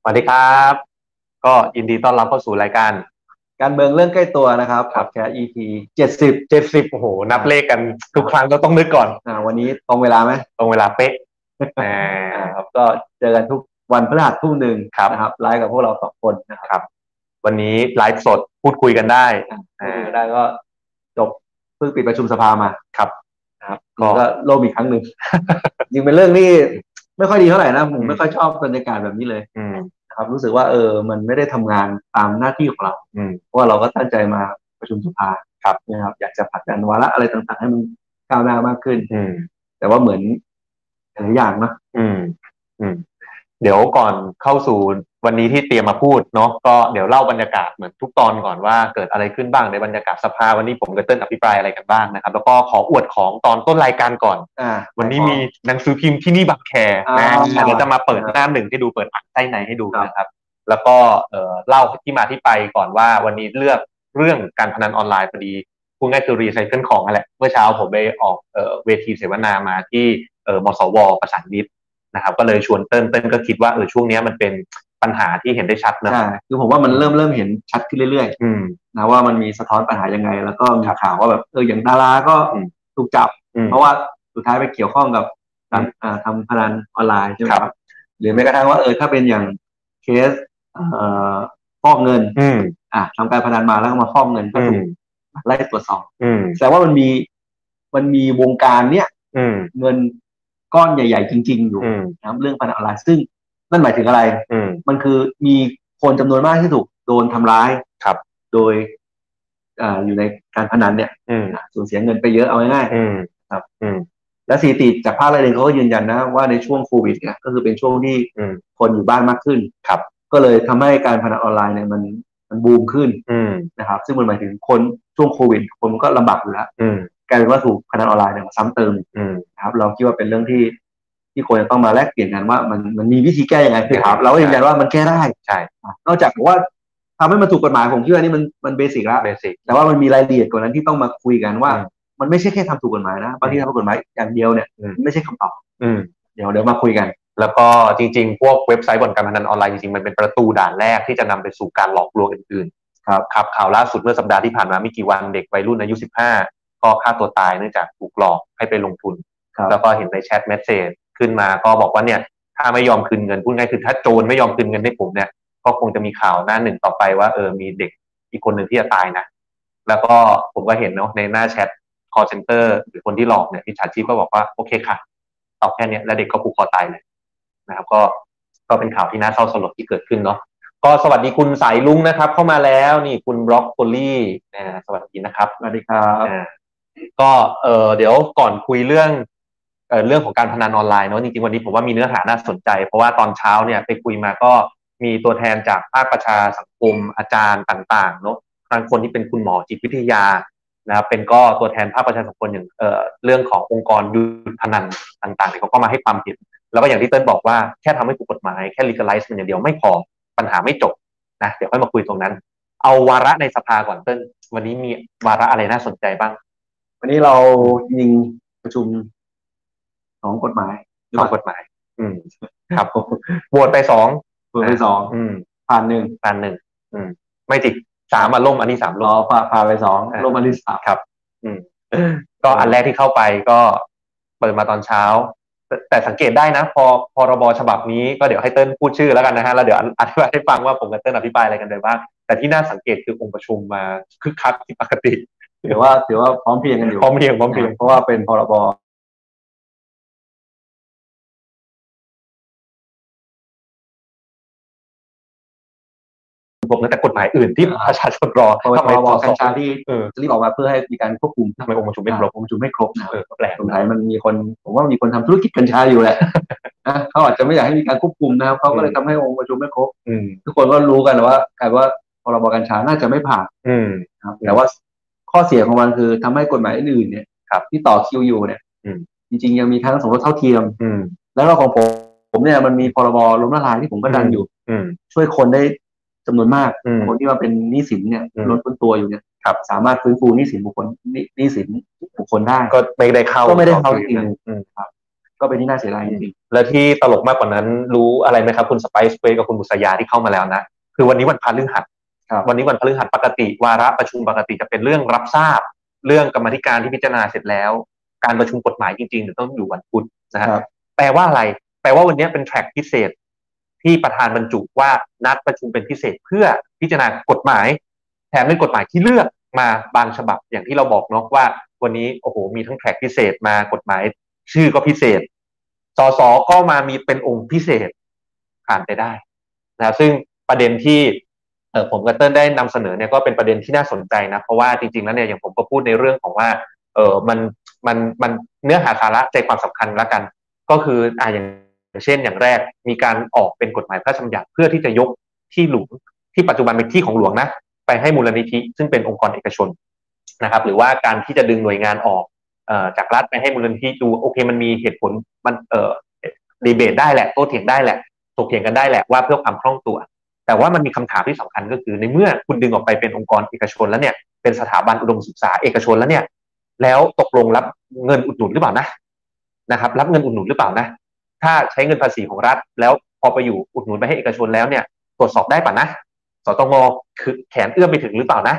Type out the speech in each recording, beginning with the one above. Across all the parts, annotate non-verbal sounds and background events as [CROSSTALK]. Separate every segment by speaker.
Speaker 1: สวัสดีครับ ก็ยินดีต้อนรับเข้าสู่รายการ
Speaker 2: การเมืองเรื่องใกล้ตัวนะครับ
Speaker 1: ครับ
Speaker 2: แชร์ EP เจ็ดสิบ
Speaker 1: เจ็ดสิบโอ้โห นับเลขกันทุกครั้งก็ต้องนึกก่อน
Speaker 2: อ่าวันนี้ตรงเวลาไหม
Speaker 1: ตรงเวลาเป๊ะแหม
Speaker 2: อ่าครับก็เจอกันทุกวันพฤหัสทุ่มหนึ่ง
Speaker 1: ครับ
Speaker 2: นะครับไลฟ์กับพวกเราสองคนนะครับ
Speaker 1: วันนี้ไลฟ์สดพูดคุยกันได้
Speaker 2: คุ
Speaker 1: อ่า
Speaker 2: ยกันได้ก็จบเพิ่งปิดประชุมสภามา
Speaker 1: ครับ
Speaker 2: นะครับ
Speaker 1: ก็
Speaker 2: ก็โล่มอีกครั้ง
Speaker 1: [LAUGHS]
Speaker 2: หนึ่งจริงเป็นเรื่องที่ไม่ค่อยดีเท่าไหร่นะผมไม่ค่อยชอบบรรยากาศแบบนี้เลย
Speaker 1: อืม
Speaker 2: นะครับ รู้สึกว่าเออมันไม่ได้ทำงานตามหน้าที่ของเรา
Speaker 1: อืม
Speaker 2: เพราะว่าเราก็ตั้งใจมาประชุมสภา
Speaker 1: ครับ
Speaker 2: นะครับ อยากจะผลักดันวาระอะไรต่างๆ ให้มันก้าวหน้ามากขึ้น
Speaker 1: อืม
Speaker 2: แต่ว่าเหมือนหลายอย่างนะ
Speaker 1: อืม อืม เดี๋ยวก่อนเข้าสู่วันนี้ที่เตรียมมาพูดเนาะก็เดี๋ยวเล่าบรรยากาศเหมือนทุกตอนก่อนว่าเกิดอะไรขึ้นบ้างในบรรยากาศสภาวันนี้ผมกับเติ้ลอภิปรายอะไรกันบ้างนะครับ แล้วก็ขออวดของตอนต้นรายการก่อน
Speaker 2: อ่า
Speaker 1: วันนี้มีหนังสือพิมพ์ที่นี่บางแคนะ
Speaker 2: อ่า
Speaker 1: เดี๋ยวจะมาเปิดหน้าหนึ่งให้ดูเปิดอ่านใต้ในให้ดู
Speaker 2: ครับ
Speaker 1: นะครับ แล้วก็เอ่อเล่าที่มาที่ไปก่อนว่าวันนี้เลือกเรื่องการพนันออนไลน์พอดีพูดง่ายคือรีไซเคิลของนั่นแหละเมื่อเช้าผมไปออกเอ่อเวทีเสวนามาที่เอ่อมสว ประสานมิตรนะครับก็เลยชวนเติ้ลเติ้ลก็คิดว่าเออช่วงเนี้ยมันเป็นปัญหาที่เห็นได้ชัดเนอะ
Speaker 2: ใช่คือผมว่ามันเริ่มเริ่มเห็นชัดขึ้นเรื่อย
Speaker 1: อืม
Speaker 2: ๆนะว่ามันมีสะท้อนปัญหายังไง แล้วก็มีข่าวว่าแบบเอออย่างดาราก็
Speaker 1: อืม
Speaker 2: ถูกจับ
Speaker 1: อืม
Speaker 2: เพราะว่าสุดท้ายไปเกี่ยวข้องกับการ
Speaker 1: อืม
Speaker 2: อ่าทำพนันออนไลน์ใช่ไหม
Speaker 1: ครับ
Speaker 2: ครับหรือแม้กระทั่งว่าเออถ้าเป็นอย่างเคสเอ่อฟอกเงิน
Speaker 1: อืม
Speaker 2: อ่ะทำการพนันมาแล้วก็มาฟอกเงินก็
Speaker 1: อื
Speaker 2: ถู
Speaker 1: ม
Speaker 2: กไล่ตรวจสอบ
Speaker 1: อืม
Speaker 2: แสดงว่ามันมีมันมีวงการเนี้ย
Speaker 1: อืม
Speaker 2: เงินก้อนใหญ่ ๆ จริง ๆ อยู่
Speaker 1: อืม
Speaker 2: นะครับเรื่องพนันออนไลน์ซึ่งนั่นหมายถึงอะไร
Speaker 1: อืม
Speaker 2: มันคือมีคนจำนวนมากที่ถูกโดนทำร้าย
Speaker 1: ครับ
Speaker 2: โดยเอ่ออยู่ในการพนันเนี่ย
Speaker 1: อืม
Speaker 2: สูญเสียเงินไปเยอะเอาง่าย
Speaker 1: อืมอืม
Speaker 2: ๆและสถิติจากภาครายเดือนเขาก็ยืนยันนะว่าในช่วงโควิดเนี่ยก็คือเป็นช่วงที่
Speaker 1: อืม
Speaker 2: คนอยู่บ้านมากขึ้น
Speaker 1: ครับ
Speaker 2: ก็เลยทำให้การพนันออนไลน์เนี่ยมันมันบูมขึ้น
Speaker 1: อืม
Speaker 2: นะครับ ซึ่งมันหมายถึงคนช่วงโควิด คนก็ลำบากอยู่แล้ว
Speaker 1: อืม
Speaker 2: กลายเป็นว่าถูกพนันออนไลน์เนี่ยมาซ้ำเติม
Speaker 1: อืม
Speaker 2: นะครับ เราคิดว่าเป็นเรื่องที่ที่ควรจะต้องมาแลกเปลี่ยนกันว่ามันมันมีวิธีแก้ยังไงนะครับ เราก็ยืนยันว่ามันแก้ได้
Speaker 1: ใช่
Speaker 2: นอกจากว่าทำให้มันถูกกฎหมายผมคิดว่านี่มันมันเบสิกแล้ว
Speaker 1: เบสิก
Speaker 2: แต่ว่ามันมีรายละเอียดกว่านั้นที่ต้องมาคุยกันว่า
Speaker 1: อืม
Speaker 2: มันไม่ใช่แค่ทำถูกกฎหมายนะบางทีทำกฎหมายอย่างเดียวเนี่ย
Speaker 1: อืม
Speaker 2: ไม่ใช่คำตอบ
Speaker 1: อืม
Speaker 2: เดี๋ยวเดี๋ยวมาคุยกัน
Speaker 1: แล้วก็จริงๆ พวกเว็บไซต์บ่อนการพนันออนไลน์จริงๆ มันเป็นประตูด่านแรกที่จะนำไปสู่การหลอกลวงอื่นๆ
Speaker 2: ครับ
Speaker 1: ครับข่าวล่าสุดเมื่อสัปดาห์ที่ผ่านมาไม่กี่วันเด็กวัยรุ่นอายุ 15 ก็ฆ่าตัวตายเนื่องจากถูกหลอกให้ไปลงทุน
Speaker 2: ครับ
Speaker 1: แล้วก็เห็นในแชทเมสเซจขึ้นมาก็บอกว่าเนี่ย ถ้าไม่ยอมคืนเงินพูดง่ายคือถ้าโจรไม่ยอมคืนเงินให้ผมเนี่ย ก็คงจะมีข่าวหน้าหนึ่งต่อไปว่าเออมีเด็กอีกคนหนึ่งที่จะตายนะ แล้วก็ผมก็เห็นเนาะในหน้าแชท call center หรือคนที่หลอกเนี่ยมิจฉาชีพก็บอกว่าโอเคค่ะตอบแค่เนี้ยแล้วเด็กก็ผูกคอตายเลยนะครับ ก็ก็เป็นข่าวที่น่าเศร้าสลดที่เกิดขึ้นเนาะก็สวัสดีคุณสายลุงนะครับ เข้ามาแล้วนี่คุณบล็อกโคลี่นะสวัสดีนะครับ
Speaker 2: สวัสดีครับ
Speaker 1: อ่าก็เออเดี๋ยวก่อนคุยเรื่องเออเรื่องของการพนันออนไลน์เนาะจริงๆวันนี้ผมว่ามีเนื้อหาน่าสนใจ เพราะว่าตอนเช้าเนี่ยไปคุยมาก็มีตัวแทนจากภาคประชาสังคมอาจารย์ต่างๆเนาะบางคนที่เป็นคุณหมอจิตวิทยานะครับเป็นก็ตัวแทนภาคประชาสังคมอย่างเออเรื่องขององค์กรหยุดพนันต่างๆเนี่ยเขาก็มาให้ความเห็น แล้วก็อย่างที่เติ้ลบอกว่าแค่ทำให้ถูกกฎหมายแค่ legalize มันอย่างเดียวไม่พอปัญหาไม่จบนะเดี๋ยวค่อยมาคุยตรงนั้น เอาวาระในสภาก่อนเติ้ลวันนี้มีวาระอะไรน่าสนใจบ้าง
Speaker 2: วันนี้เรายิงประชุมของกฎหมาย
Speaker 1: นอกกฎหมาย อืม ครับโหวตไปสอง
Speaker 2: เบอร์ไปสอง
Speaker 1: อืม
Speaker 2: ผ่านหนึ่ง
Speaker 1: อันหนึ่ง อืม ไม่จิสามอ่ะล่มอันนี้สาม
Speaker 2: ร
Speaker 1: ล่
Speaker 2: อ
Speaker 1: ม
Speaker 2: ผ่านผ่านไปสอง
Speaker 1: อ่า
Speaker 2: ลงมาที่สาม
Speaker 1: ก็อันแรกที่เข้าไปก็เปิดมาตอนเช้า แต่แต่สังเกตได้นะ พอพรบฉบับนี้ก็เดี๋ยวให้เติ้ลพูดชื่อแล้วกันนะฮะแล้วเดี๋ยวอธิบายให้ฟังว่าผมกับเติ้ลอธิบายอะไรกันไปบ้างแต่ที่น่าสังเกตคือองค์ประชุมมาคึกคักผิดปกติ
Speaker 2: ถือว่าถือว่าพร้อมเพรียงกันอยู่
Speaker 1: พร้อมเพรียงพร้อมเพรียง
Speaker 2: นะเพราะว่าเป็นพรบ
Speaker 1: ผมนะแต่กฎหมายอื่นที่ประชาชนรอ
Speaker 2: พรบ
Speaker 1: ทำไม
Speaker 2: พรบ
Speaker 1: ส
Speaker 2: กัญชา
Speaker 1: ส
Speaker 2: ที่
Speaker 1: เออ
Speaker 2: รีบออกมาเพื่อให้มีการควบคุม
Speaker 1: ทำไมองค์ประชุมไม่ครบ
Speaker 2: องค์ประชุมไม่ครบนะครับ
Speaker 1: เออแปลก
Speaker 2: สงสัยมันมีคนผมว่ามีคนทำธุรกิจกัญชาอยู่แหละ [LAUGHS] นะเขาอาจจะไม่อยากให้มีการควบคุมนะครับเขาก็เลยทำให้องค์ประชุมไม่ครบ
Speaker 1: อืม
Speaker 2: ทุกคนก็รู้กันว่ากลายว่าพรบกัญชาน่าจะไม่ผ่าน
Speaker 1: อืม
Speaker 2: นะครับ แต่ว่าข้อเสียของมันคือทำให้กฎหมายอื่นๆเนี่ย
Speaker 1: ครับ
Speaker 2: ที่ต่อคิวอยู่เนี่ย
Speaker 1: อืม
Speaker 2: จริงๆยังมีทั้งสมรสเท่าเทียม
Speaker 1: อืม
Speaker 2: แล้วก็ของผมผมเนี่ยมันมีพรบล้มละลายที่ผมก็ดันอยู่
Speaker 1: อืม
Speaker 2: ช่วยคนได้จำนวนมาก
Speaker 1: อืม
Speaker 2: คนที่มาเป็นหนี้สินเนี่ย
Speaker 1: อืม
Speaker 2: ลดพ้นตัวอยู่เนี่ยสามารถฟื้นฟูหนี้สินบุคคลหนี้หนี้สินบุคคลได้
Speaker 1: ก็ไม่ได้เข้า
Speaker 2: ก็ไม่ได้เข้า
Speaker 1: ต่อคิว
Speaker 2: จริง
Speaker 1: อืม
Speaker 2: ก็เป็นที่น่าเสียดายจริง
Speaker 1: และที่ตลกมากกว่านั้นรู้อะไรไหมครับ คุณสไปซ์เวกับคุณบุษยาที่เข้ามาแล้วนะ คือวันนี้วันพฤหัส
Speaker 2: ๆครับ
Speaker 1: วันนี้วันพฤหัสปกติวาระประชุมปกติจะเป็นเรื่องรับทราบ เรื่องกรรมาธิการที่พิจารณาเสร็จแล้ว การประชุมกฎหมายจริงๆเดี๋ยวต้องอยู่วันพุธนะฮะ
Speaker 2: ครับ
Speaker 1: แปลว่าอะไร แปลว่าวันนี้เป็นแทร็กพิเศษ ที่ประธานบรรจุว่านัดประชุมเป็นพิเศษเพื่อพิจารณากฎหมาย แถมเป็นกฎหมายที่เลือกมาบางฉบับอย่างที่เราบอกเนาะว่า วันนี้โอ้โหมีทั้งแทร็กพิเศษมากฎหมาย ชื่อก็พิเศษ สสก็มามีเป็นองค์พิเศษผ่านไปได้นะครับซึ่งประเด็นที่เออผมกับเติ้ลได้นำเสนอเนี่ยก็เป็นประเด็นที่น่าสนใจนะเพราะว่าจริงๆแล้วเนี่ยอย่างผมก็พูดในเรื่องของว่า เออมันมันมันเนื้อหาสาระใจความสำคัญละกัน ก็คืออ่าอย่างอย่างเช่นอย่างแรกมีการออกเป็นกฎหมายพระราชบัญญัติเพื่อที่จะยกที่หลวงที่ปัจจุบันเป็นที่ของหลวงนะ ไปให้มูลนิธิซึ่งเป็นองค์กรเอกชนนะครับ หรือว่าการที่จะดึงหน่วยงานออกเอ่อจากรัฐไปให้มูลนิธิดูโอเค มันมีเหตุผลมันเอ่อดีเบตได้แหละโต้เถียงได้แหละถกเถียงกันได้แหละว่าเพื่อความคล่องตัว แต่ว่ามันมีคำถามที่สำคัญก็คือ ในเมื่อคุณดึงออกไปเป็นองค์กรเอกชนแล้วเนี่ยเป็นสถาบันอุดมศึกษาเอกชนแล้วเนี่ย แล้วตกลงรับเงินอุดหนุนหรือเปล่านะนะครับ รับเงินอุดหนุนหรือเปล่านะ ถ้าใช้เงินภาษีของรัฐ แล้วพอไปอยู่อุดหนุนไปให้เอกชนแล้วเนี่ย ตรวจสอบได้ป่ะนะ สตงคือแขนเอื้อมไปถึงหรือเปล่านะ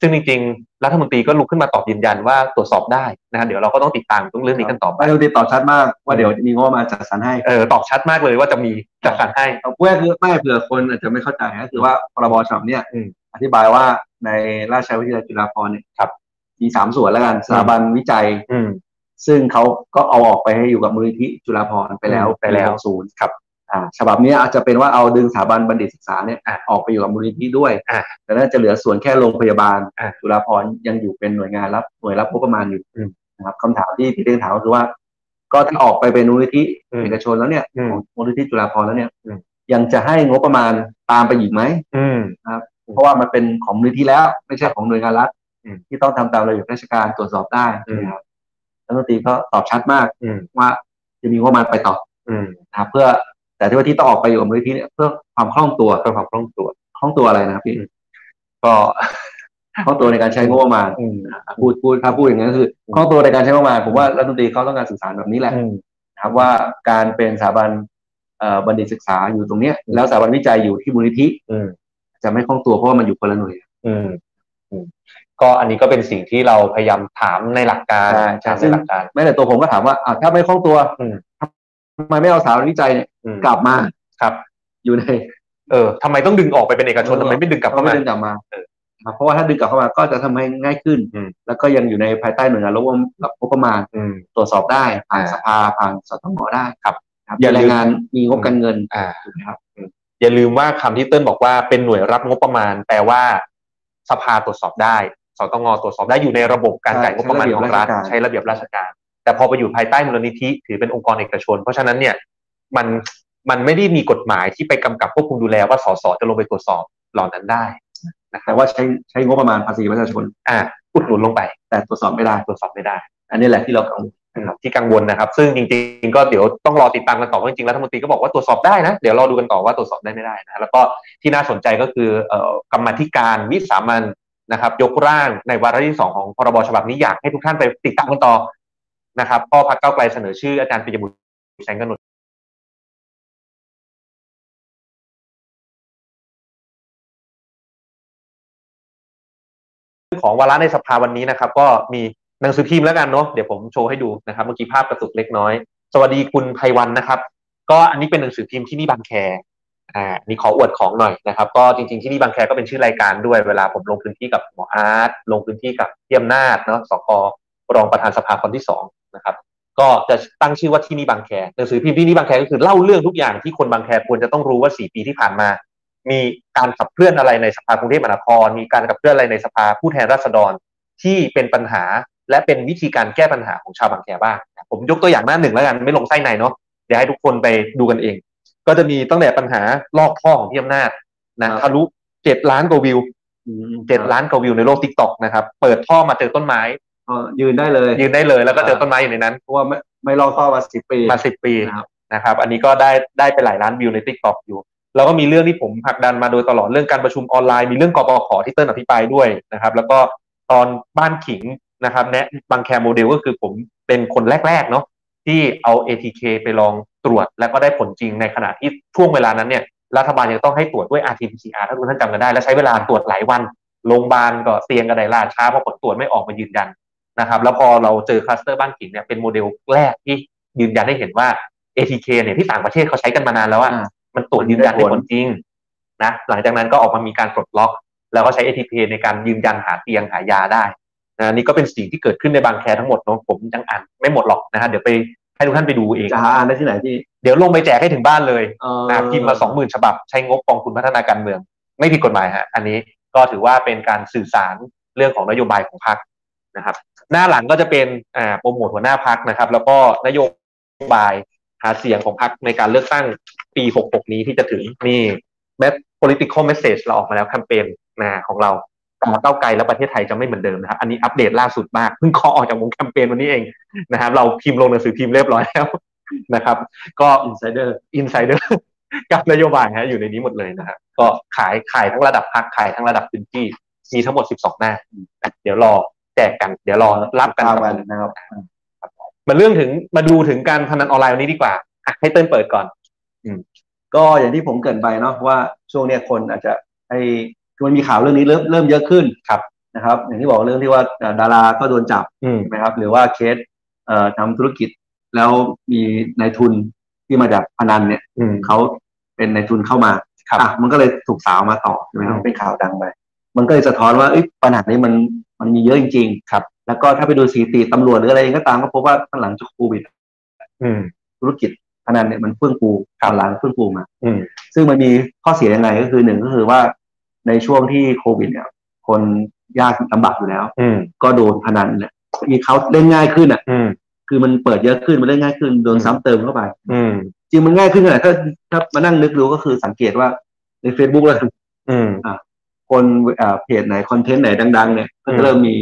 Speaker 1: ซึ่งจริงๆ รัฐมนตรีก็ลุกขึ้นมาตอบยืนยันว่าตรวจสอบได้นะครับเดี๋ยวเราก็ต้องติดตามเรื่องนี้กันต่อไป
Speaker 2: รัฐมนตรีตอบชัดมากว่าเดี๋ยวมีงบประมาณจัดสรรให้
Speaker 1: เออตอบชัดมากเลยว่าจะมีจัดสรรให้
Speaker 2: เอาเพื่อคือไม่เผื่อคนอาจจะไม่เข้าใจก็คือว่าพรบฉบับเนี้ย
Speaker 1: อืม
Speaker 2: อธิบายว่าในราชวิทยาลัยจุฬาภรณ์เนี่ย
Speaker 1: ครับ
Speaker 2: มีสามส่วนแล้วกันสถาบันวิจัย
Speaker 1: อืม
Speaker 2: ซึ่งเขาก็เอาออกไปให้อยู่กับมูลนิธิจุฬาภรณ์ไปแล้ว
Speaker 1: อืมไปแล้ว
Speaker 2: ศูนย์ครับอ่าฉบับนี้อาจจะเป็นว่าเอาดึงสถาบันบัณฑิตศึกษาเนี่ย
Speaker 1: อ่ะ
Speaker 2: ออกไปอยู่กับมูลนิธิด้วย
Speaker 1: อ่ะ
Speaker 2: แต่น่าจะเหลือส่วนแค่โรงพยาบาล
Speaker 1: อ่ะ
Speaker 2: จุฬาภรณ์ยังอยู่เป็นหน่วยงานรับหน่วยรับงบประมาณอยู่
Speaker 1: อืม
Speaker 2: นะครับคำถามที่พี่เต้งถามก็คือว่า ก็ถ้าออกไปเป็นมูลนิธิ
Speaker 1: อืม
Speaker 2: เอกชนแล้วเนี่ย
Speaker 1: อืม
Speaker 2: ของมูลนิธิจุฬาภรณ์แล้วเนี่ย
Speaker 1: อืม
Speaker 2: ยังจะให้งบประมาณตามไปอีกไหม
Speaker 1: อืม
Speaker 2: เพราะว่ามันเป็นของมูลนิธิแล้วไม่ใช่ของหน่วยงานรัฐ
Speaker 1: อืม
Speaker 2: ที่ต้องทำตามระเบียบราชการตรวจสอบได้
Speaker 1: อืม
Speaker 2: นะครับรัฐมนตรีก็ตอบชัดมาก
Speaker 1: อืม
Speaker 2: ว่าจะมีงบประมาณไปต่อ
Speaker 1: อืม
Speaker 2: นะครับเพื่อแต่ที่ว่าที่ต้องออกไปอยู่กับมูลนิธิเนี่ยเพื่อความคล่องตัว
Speaker 1: เพื่อความคล่องตัว
Speaker 2: คล่องตัวอะไรนะครับพี่
Speaker 1: ก็
Speaker 2: [LAUGHS] คล่องตัวในการใช้งบประมาณ
Speaker 1: อืม
Speaker 2: พูดพูดถ้าพูดอย่างนั้นก็คือ
Speaker 1: อืม
Speaker 2: คล่องตัวในการใช้งบประมาณผมว่ารัฐมนตรีเขาต้องการสื่อสารแบบนี้แหละ
Speaker 1: อืม
Speaker 2: นะครับว่าการเป็นสถาบันเอ่อบัณฑิตศึกษาอยู่ตรงเนี้ย
Speaker 1: อืม
Speaker 2: แล้วสถาบันวิจัยอยู่ที่มูลนิธิ
Speaker 1: อืม
Speaker 2: จะไม่คล่องตัวเพราะว่ามันอยู่คนละหน่วย
Speaker 1: อืมอืมก็อันนี้ก็เป็นสิ่งที่เราพยายามถามในหลักการ
Speaker 2: ใช่ใช่
Speaker 1: ถามในหลักการ
Speaker 2: แม้แต่ตัวผมก็ถามว่าอ้าวถ้าไม่คล่องตัว
Speaker 1: อืม
Speaker 2: ทำไมไม่เอาสถาบันวิจัยเนี่ย
Speaker 1: อืม
Speaker 2: กลับมา
Speaker 1: ครับ
Speaker 2: อยู่ใน
Speaker 1: เออทำไมต้องดึงออกไปเป็นเอกชนทำไมไม่ดึงกลับ
Speaker 2: เขา
Speaker 1: เข้ามา
Speaker 2: ไม่ดึงกลับมา
Speaker 1: เออ
Speaker 2: ครับเพราะว่าถ้าดึงกลับเข้ามาก็จะทำให้ง่ายขึ้น
Speaker 1: อืม
Speaker 2: แล้วก็ยังอยู่ในภายใต้หน่วยงานรับงบประมาณ
Speaker 1: อืม
Speaker 2: ตรวจสอบได้ผ่าน
Speaker 1: อ่า
Speaker 2: สภาผ่านสตงได้
Speaker 1: ครับ
Speaker 2: ครับอย่
Speaker 1: อา
Speaker 2: ย่า
Speaker 1: ลืม
Speaker 2: รายงานมีงบการเงิน
Speaker 1: อ่า
Speaker 2: ถูกไหมครับ
Speaker 1: อย่าลืมว่าคำที่เติ้ลบอกว่าเป็นหน่วยรับงบประมาณ แปลว่า สภาตรวจสอบได้สตงตรวจสอบได้อยู่ในระบบการ
Speaker 2: ใช่
Speaker 1: จ่ายงบประมาณของรัฐ
Speaker 2: ใช้
Speaker 1: ใช้ระ
Speaker 2: ระเบี
Speaker 1: เบีย
Speaker 2: ย
Speaker 1: บบ ราช
Speaker 2: ราช
Speaker 1: กา
Speaker 2: การ ร
Speaker 1: แต่พอไปอยู่ภายใต้มูลนิธิถือเป็นองค์กรเอกชน เพราะฉะนั้นเนี่ยมันมันไม่ได้มีกฎหมายที่ไปกำกับควบคุมดูแลว่าสสจะลงไปตรวจสอบเหล่านั้นได้
Speaker 2: แต่ว่าใช้ใช้งบประมาณภาษีประชาชน
Speaker 1: อ่าอุดหนุนลงไป
Speaker 2: แต่ตรวจสอบไม่ได้
Speaker 1: ตรวจสอบไม่ได้
Speaker 2: อันนี้แหละที่เรากังวล
Speaker 1: นะครับที่กังวลนะครับ ซึ่งจริงๆ ก็เดี๋ยวต้องรอติดตามกันต่อเพราะจริงๆรัฐมนตรีก็บอกว่าตรวจสอบได้นะ เดี๋ยวรอดูกันต่อว่าตรวจสอบได้ไม่ได้นะแล้วก็ที่น่าสนใจก็คือเอ่อกรรมาธิการวิสามันนะครับ ยกร่างในวาระที่สองของพรบฉบับนี้อยากให้ทุกท่านไปติดตามกันต่อนะครับก็พรรคก้าวไกลเสนอชื่ออาจารย์ปิยบุตรแสงกนกของวาระในสภาวันนี้นะครับ ก็มีหนังสือพิมพ์แล้วกันเนาะเดี๋ยวผมโชว์ให้ดูนะครับเมื่อกี้ภาพกระตุกเล็กน้อย สวัสดีคุณไพวันนะครับ ก็อันนี้เป็นหนังสือพิมพ์ที่นี่บางแค อ่านี่ขออวดของหน่อยนะครับ ก็จริงๆที่นี่บางแคก็เป็นชื่อรายการด้วยเวลาผมลงพื้นที่กับหมออาร์ตลงพื้นที่กับเทียมนาดเนาะสกรองประธานสภาคนที่สองนะครับ ก็จะตั้งชื่อว่าที่นี่บางแคหนังสือพิมพ์ที่นี่บางแคก็คือเล่าเรื่องทุกอย่างที่คนบางแคควรจะต้องรู้ว่าสี่ปีที่ผ่านมา มีการขับเคลื่อนอะไรในสภากรุงเทพมหานคร มีการขับเคลื่อนอะไรในสภาผู้แทนราษฎร ที่เป็นปัญหาและเป็นวิธีการแก้ปัญหาของชาวบางแคบ้างนะผมยกตัวอย่างหน้าหนึ่งแล้วกันไม่ลงไส้ในเนาะเดี๋ยวให้ทุกคนไปดูกันเอง ก็จะมีตั้งแต่ปัญหาลอกท่อของพี่อำนาจนะทะลุเจ็ดล้านกว่าวิวเจ็ดล้านกว่าวิวในโลกทิกตอกนะครับ เปิดท่อมาเจอต้นไม้
Speaker 2: ก็ยืนได้เลย
Speaker 1: ยืนได้เลยแล้วก็เจอต้นไม้อยู่ในนั้น
Speaker 2: เพราะว่าไม่ไม่ลอกท่อมาสิบปี
Speaker 1: มาสิบปี
Speaker 2: นะครับ
Speaker 1: นะครับอันนี้ก็ได้ได้ไปหลายล้านวิวใน t ิ k t o k อยู่ แล้วก็มีเรื่องที่ผมผลักดันมาโดยตลอดเรื่องการประชุมออนไลน์มีเรื่องกปขที่เติ้ลอภิปรายด้วยนะครับ แล้วก็ตอนบ้านขิงนะครับแนะบางแคโมเดลก็คือผมเป็นคนแรกๆเนาะ ที่เอา ATK ไปลองตรวจแล้วก็ได้ผลจริงในขณะที่ช่วงเวลานั้นเนี่ยรัฐบาลยังต้องให้ตรวจด้วย RT-PCR ถ้าทุกท่านจำกันได้ และใช้เวลาตรวจหลายวันโรงพยาบาลก็เตียงกระไดล่าช้าเพราะผลตรวจไม่ออกมายืนยันนะครับ แล้วพอเราเจอคลัสเตอร์บ้านกิ่งเนี่ยเป็นโมเดลแรกที่ยืนยันให้เห็นว่า ATK เนี่ยที่ต่างประเทศเขาใช้กันมานานแล้วอะ
Speaker 2: อ่า
Speaker 1: มันตรวจยืนยันได้ผลจริงนะหลังจากนั้นก็ออกมามีการปลดล็อก แล้วก็ใช้ ATK ในการยืนยันหาเตียงหายาได้นะนี่ก็เป็นสิ่งที่เกิดขึ้นในบางแคร์ทั้งหมดเนาะผมยังอ่านไม่หมดหรอกนะฮะเดี๋ยวไปให้ทุกท่านไปดูเอง
Speaker 2: จะหาอ่านได้ที่ไหนที่
Speaker 1: เดี๋ยวลงไปแจกให้ถึงบ้านเลย
Speaker 2: เอ่อ
Speaker 1: นะพิมพ์มาสองหมื่นฉบับใช้งบกองทุนพัฒนาการเมือง ไม่ผิดกฎหมายฮะอันนี้ก็ถือว่าเป็นการสื่อสารเรื่องของนโยบายของพรรคนะครับ หน้าหลังก็จะเป็นอ่าโปรโมทหัวหน้าพรรคนะครับ แล้วก็นโยบายหาเสียงของพรรคในการเลือกตั้งปี 66 นี้ที่จะถึงนี่แม political message เราออกมาแล้วแคมเปญนะของเราต่อเก้าวไกลและประเทศไทยจะไม่เหมือนเดิมนะครับ อันนี้อัปเดตล่าสุดมากเพิ่งเคาะออกจากวงแคมเปญวันนี้เองนะครับ เราพิมพ์ลงหนังสือพิมพ์เรียบร้อยแล้วนะครับ ก็
Speaker 2: insider
Speaker 1: อินไซเดอร์ [LAUGHS] กับนโยบายฮะอยู่ในนี้หมดเลยนะครับก็ขายขายทั้งระดับพักขายทั้งระดับพื้นที่มีทั้งหมด 12 หน้านะเดี๋ยวรอแจกกัน เดี๋ยวรอรับกัน
Speaker 2: ตา
Speaker 1: ครับ
Speaker 2: วันนะครับ
Speaker 1: มาเรื่องถึงมาดูถึงการพนันออนไลน์วันนี้ดีกว่าอ่ะให้เติ้ลเปิดก่อน
Speaker 2: ก็อย่างที่ผมเกรินไปเนาะว่าช่วงเนี้ยคนอาจจะไอ้คือมันมีข่าวเรื่องนี้เริ่มเริ่มเยอะขึ้น
Speaker 1: ครับ
Speaker 2: นะครับ อย่างที่บอกเรื่องที่ว่าเอ่อดาราก็โดนจับ
Speaker 1: อืม
Speaker 2: ใช่ไหมครับ หรือว่าเคสเอ่อทำธุรกิจแล้วมีนายทุนที่มาจากพนันเนี่ย
Speaker 1: อืม
Speaker 2: เขาเป็นนายทุนเข้ามา
Speaker 1: ครับ
Speaker 2: อ่ะมันก็เลยถูกสาวมาต่อใช่ไหมครับ
Speaker 1: อืม
Speaker 2: เป็นข่าวดังไปมันก็เลยสะท้อนว่าเอ้ยปัญหานี้มันมันมีเยอะจริงๆ
Speaker 1: ครับ
Speaker 2: แล้วก็ถ้าไปดูสถิติตำรวจหรืออะไรก็ตามก็พบว่าหลังจากโควิด
Speaker 1: อืม
Speaker 2: ธุรกิจพนันเนี่ยมันเฟื่องฟูตอนหลังเฟื่องฟูมา
Speaker 1: อืม
Speaker 2: ซึ่งมันมีข้อเสียยังไงก็คือหนึ่งก็คือว่าในช่วงที่โควิดเนี่ย คนยากลำบากอยู่แล้ว
Speaker 1: อืม
Speaker 2: ก็โดนพนันเนี่ยมีเขาเล่นง่ายขึ้นอ่ะ
Speaker 1: อืม
Speaker 2: คือมันเปิดเยอะขึ้นมันเล่นง่ายขึ้นโดน
Speaker 1: อืม
Speaker 2: ซ้ำเติมเข้าไป
Speaker 1: อืม
Speaker 2: จริงมันง่ายขึ้นขนาดถ้าถ้ามานั่งนึกดูก็คือสังเกตว่าใน Facebook เลย
Speaker 1: อืม
Speaker 2: คนเอ่อเพจไหนคอนเทนต์ไหนดัง ๆ เนี่ยก็
Speaker 1: อืม
Speaker 2: จะเริ่มมี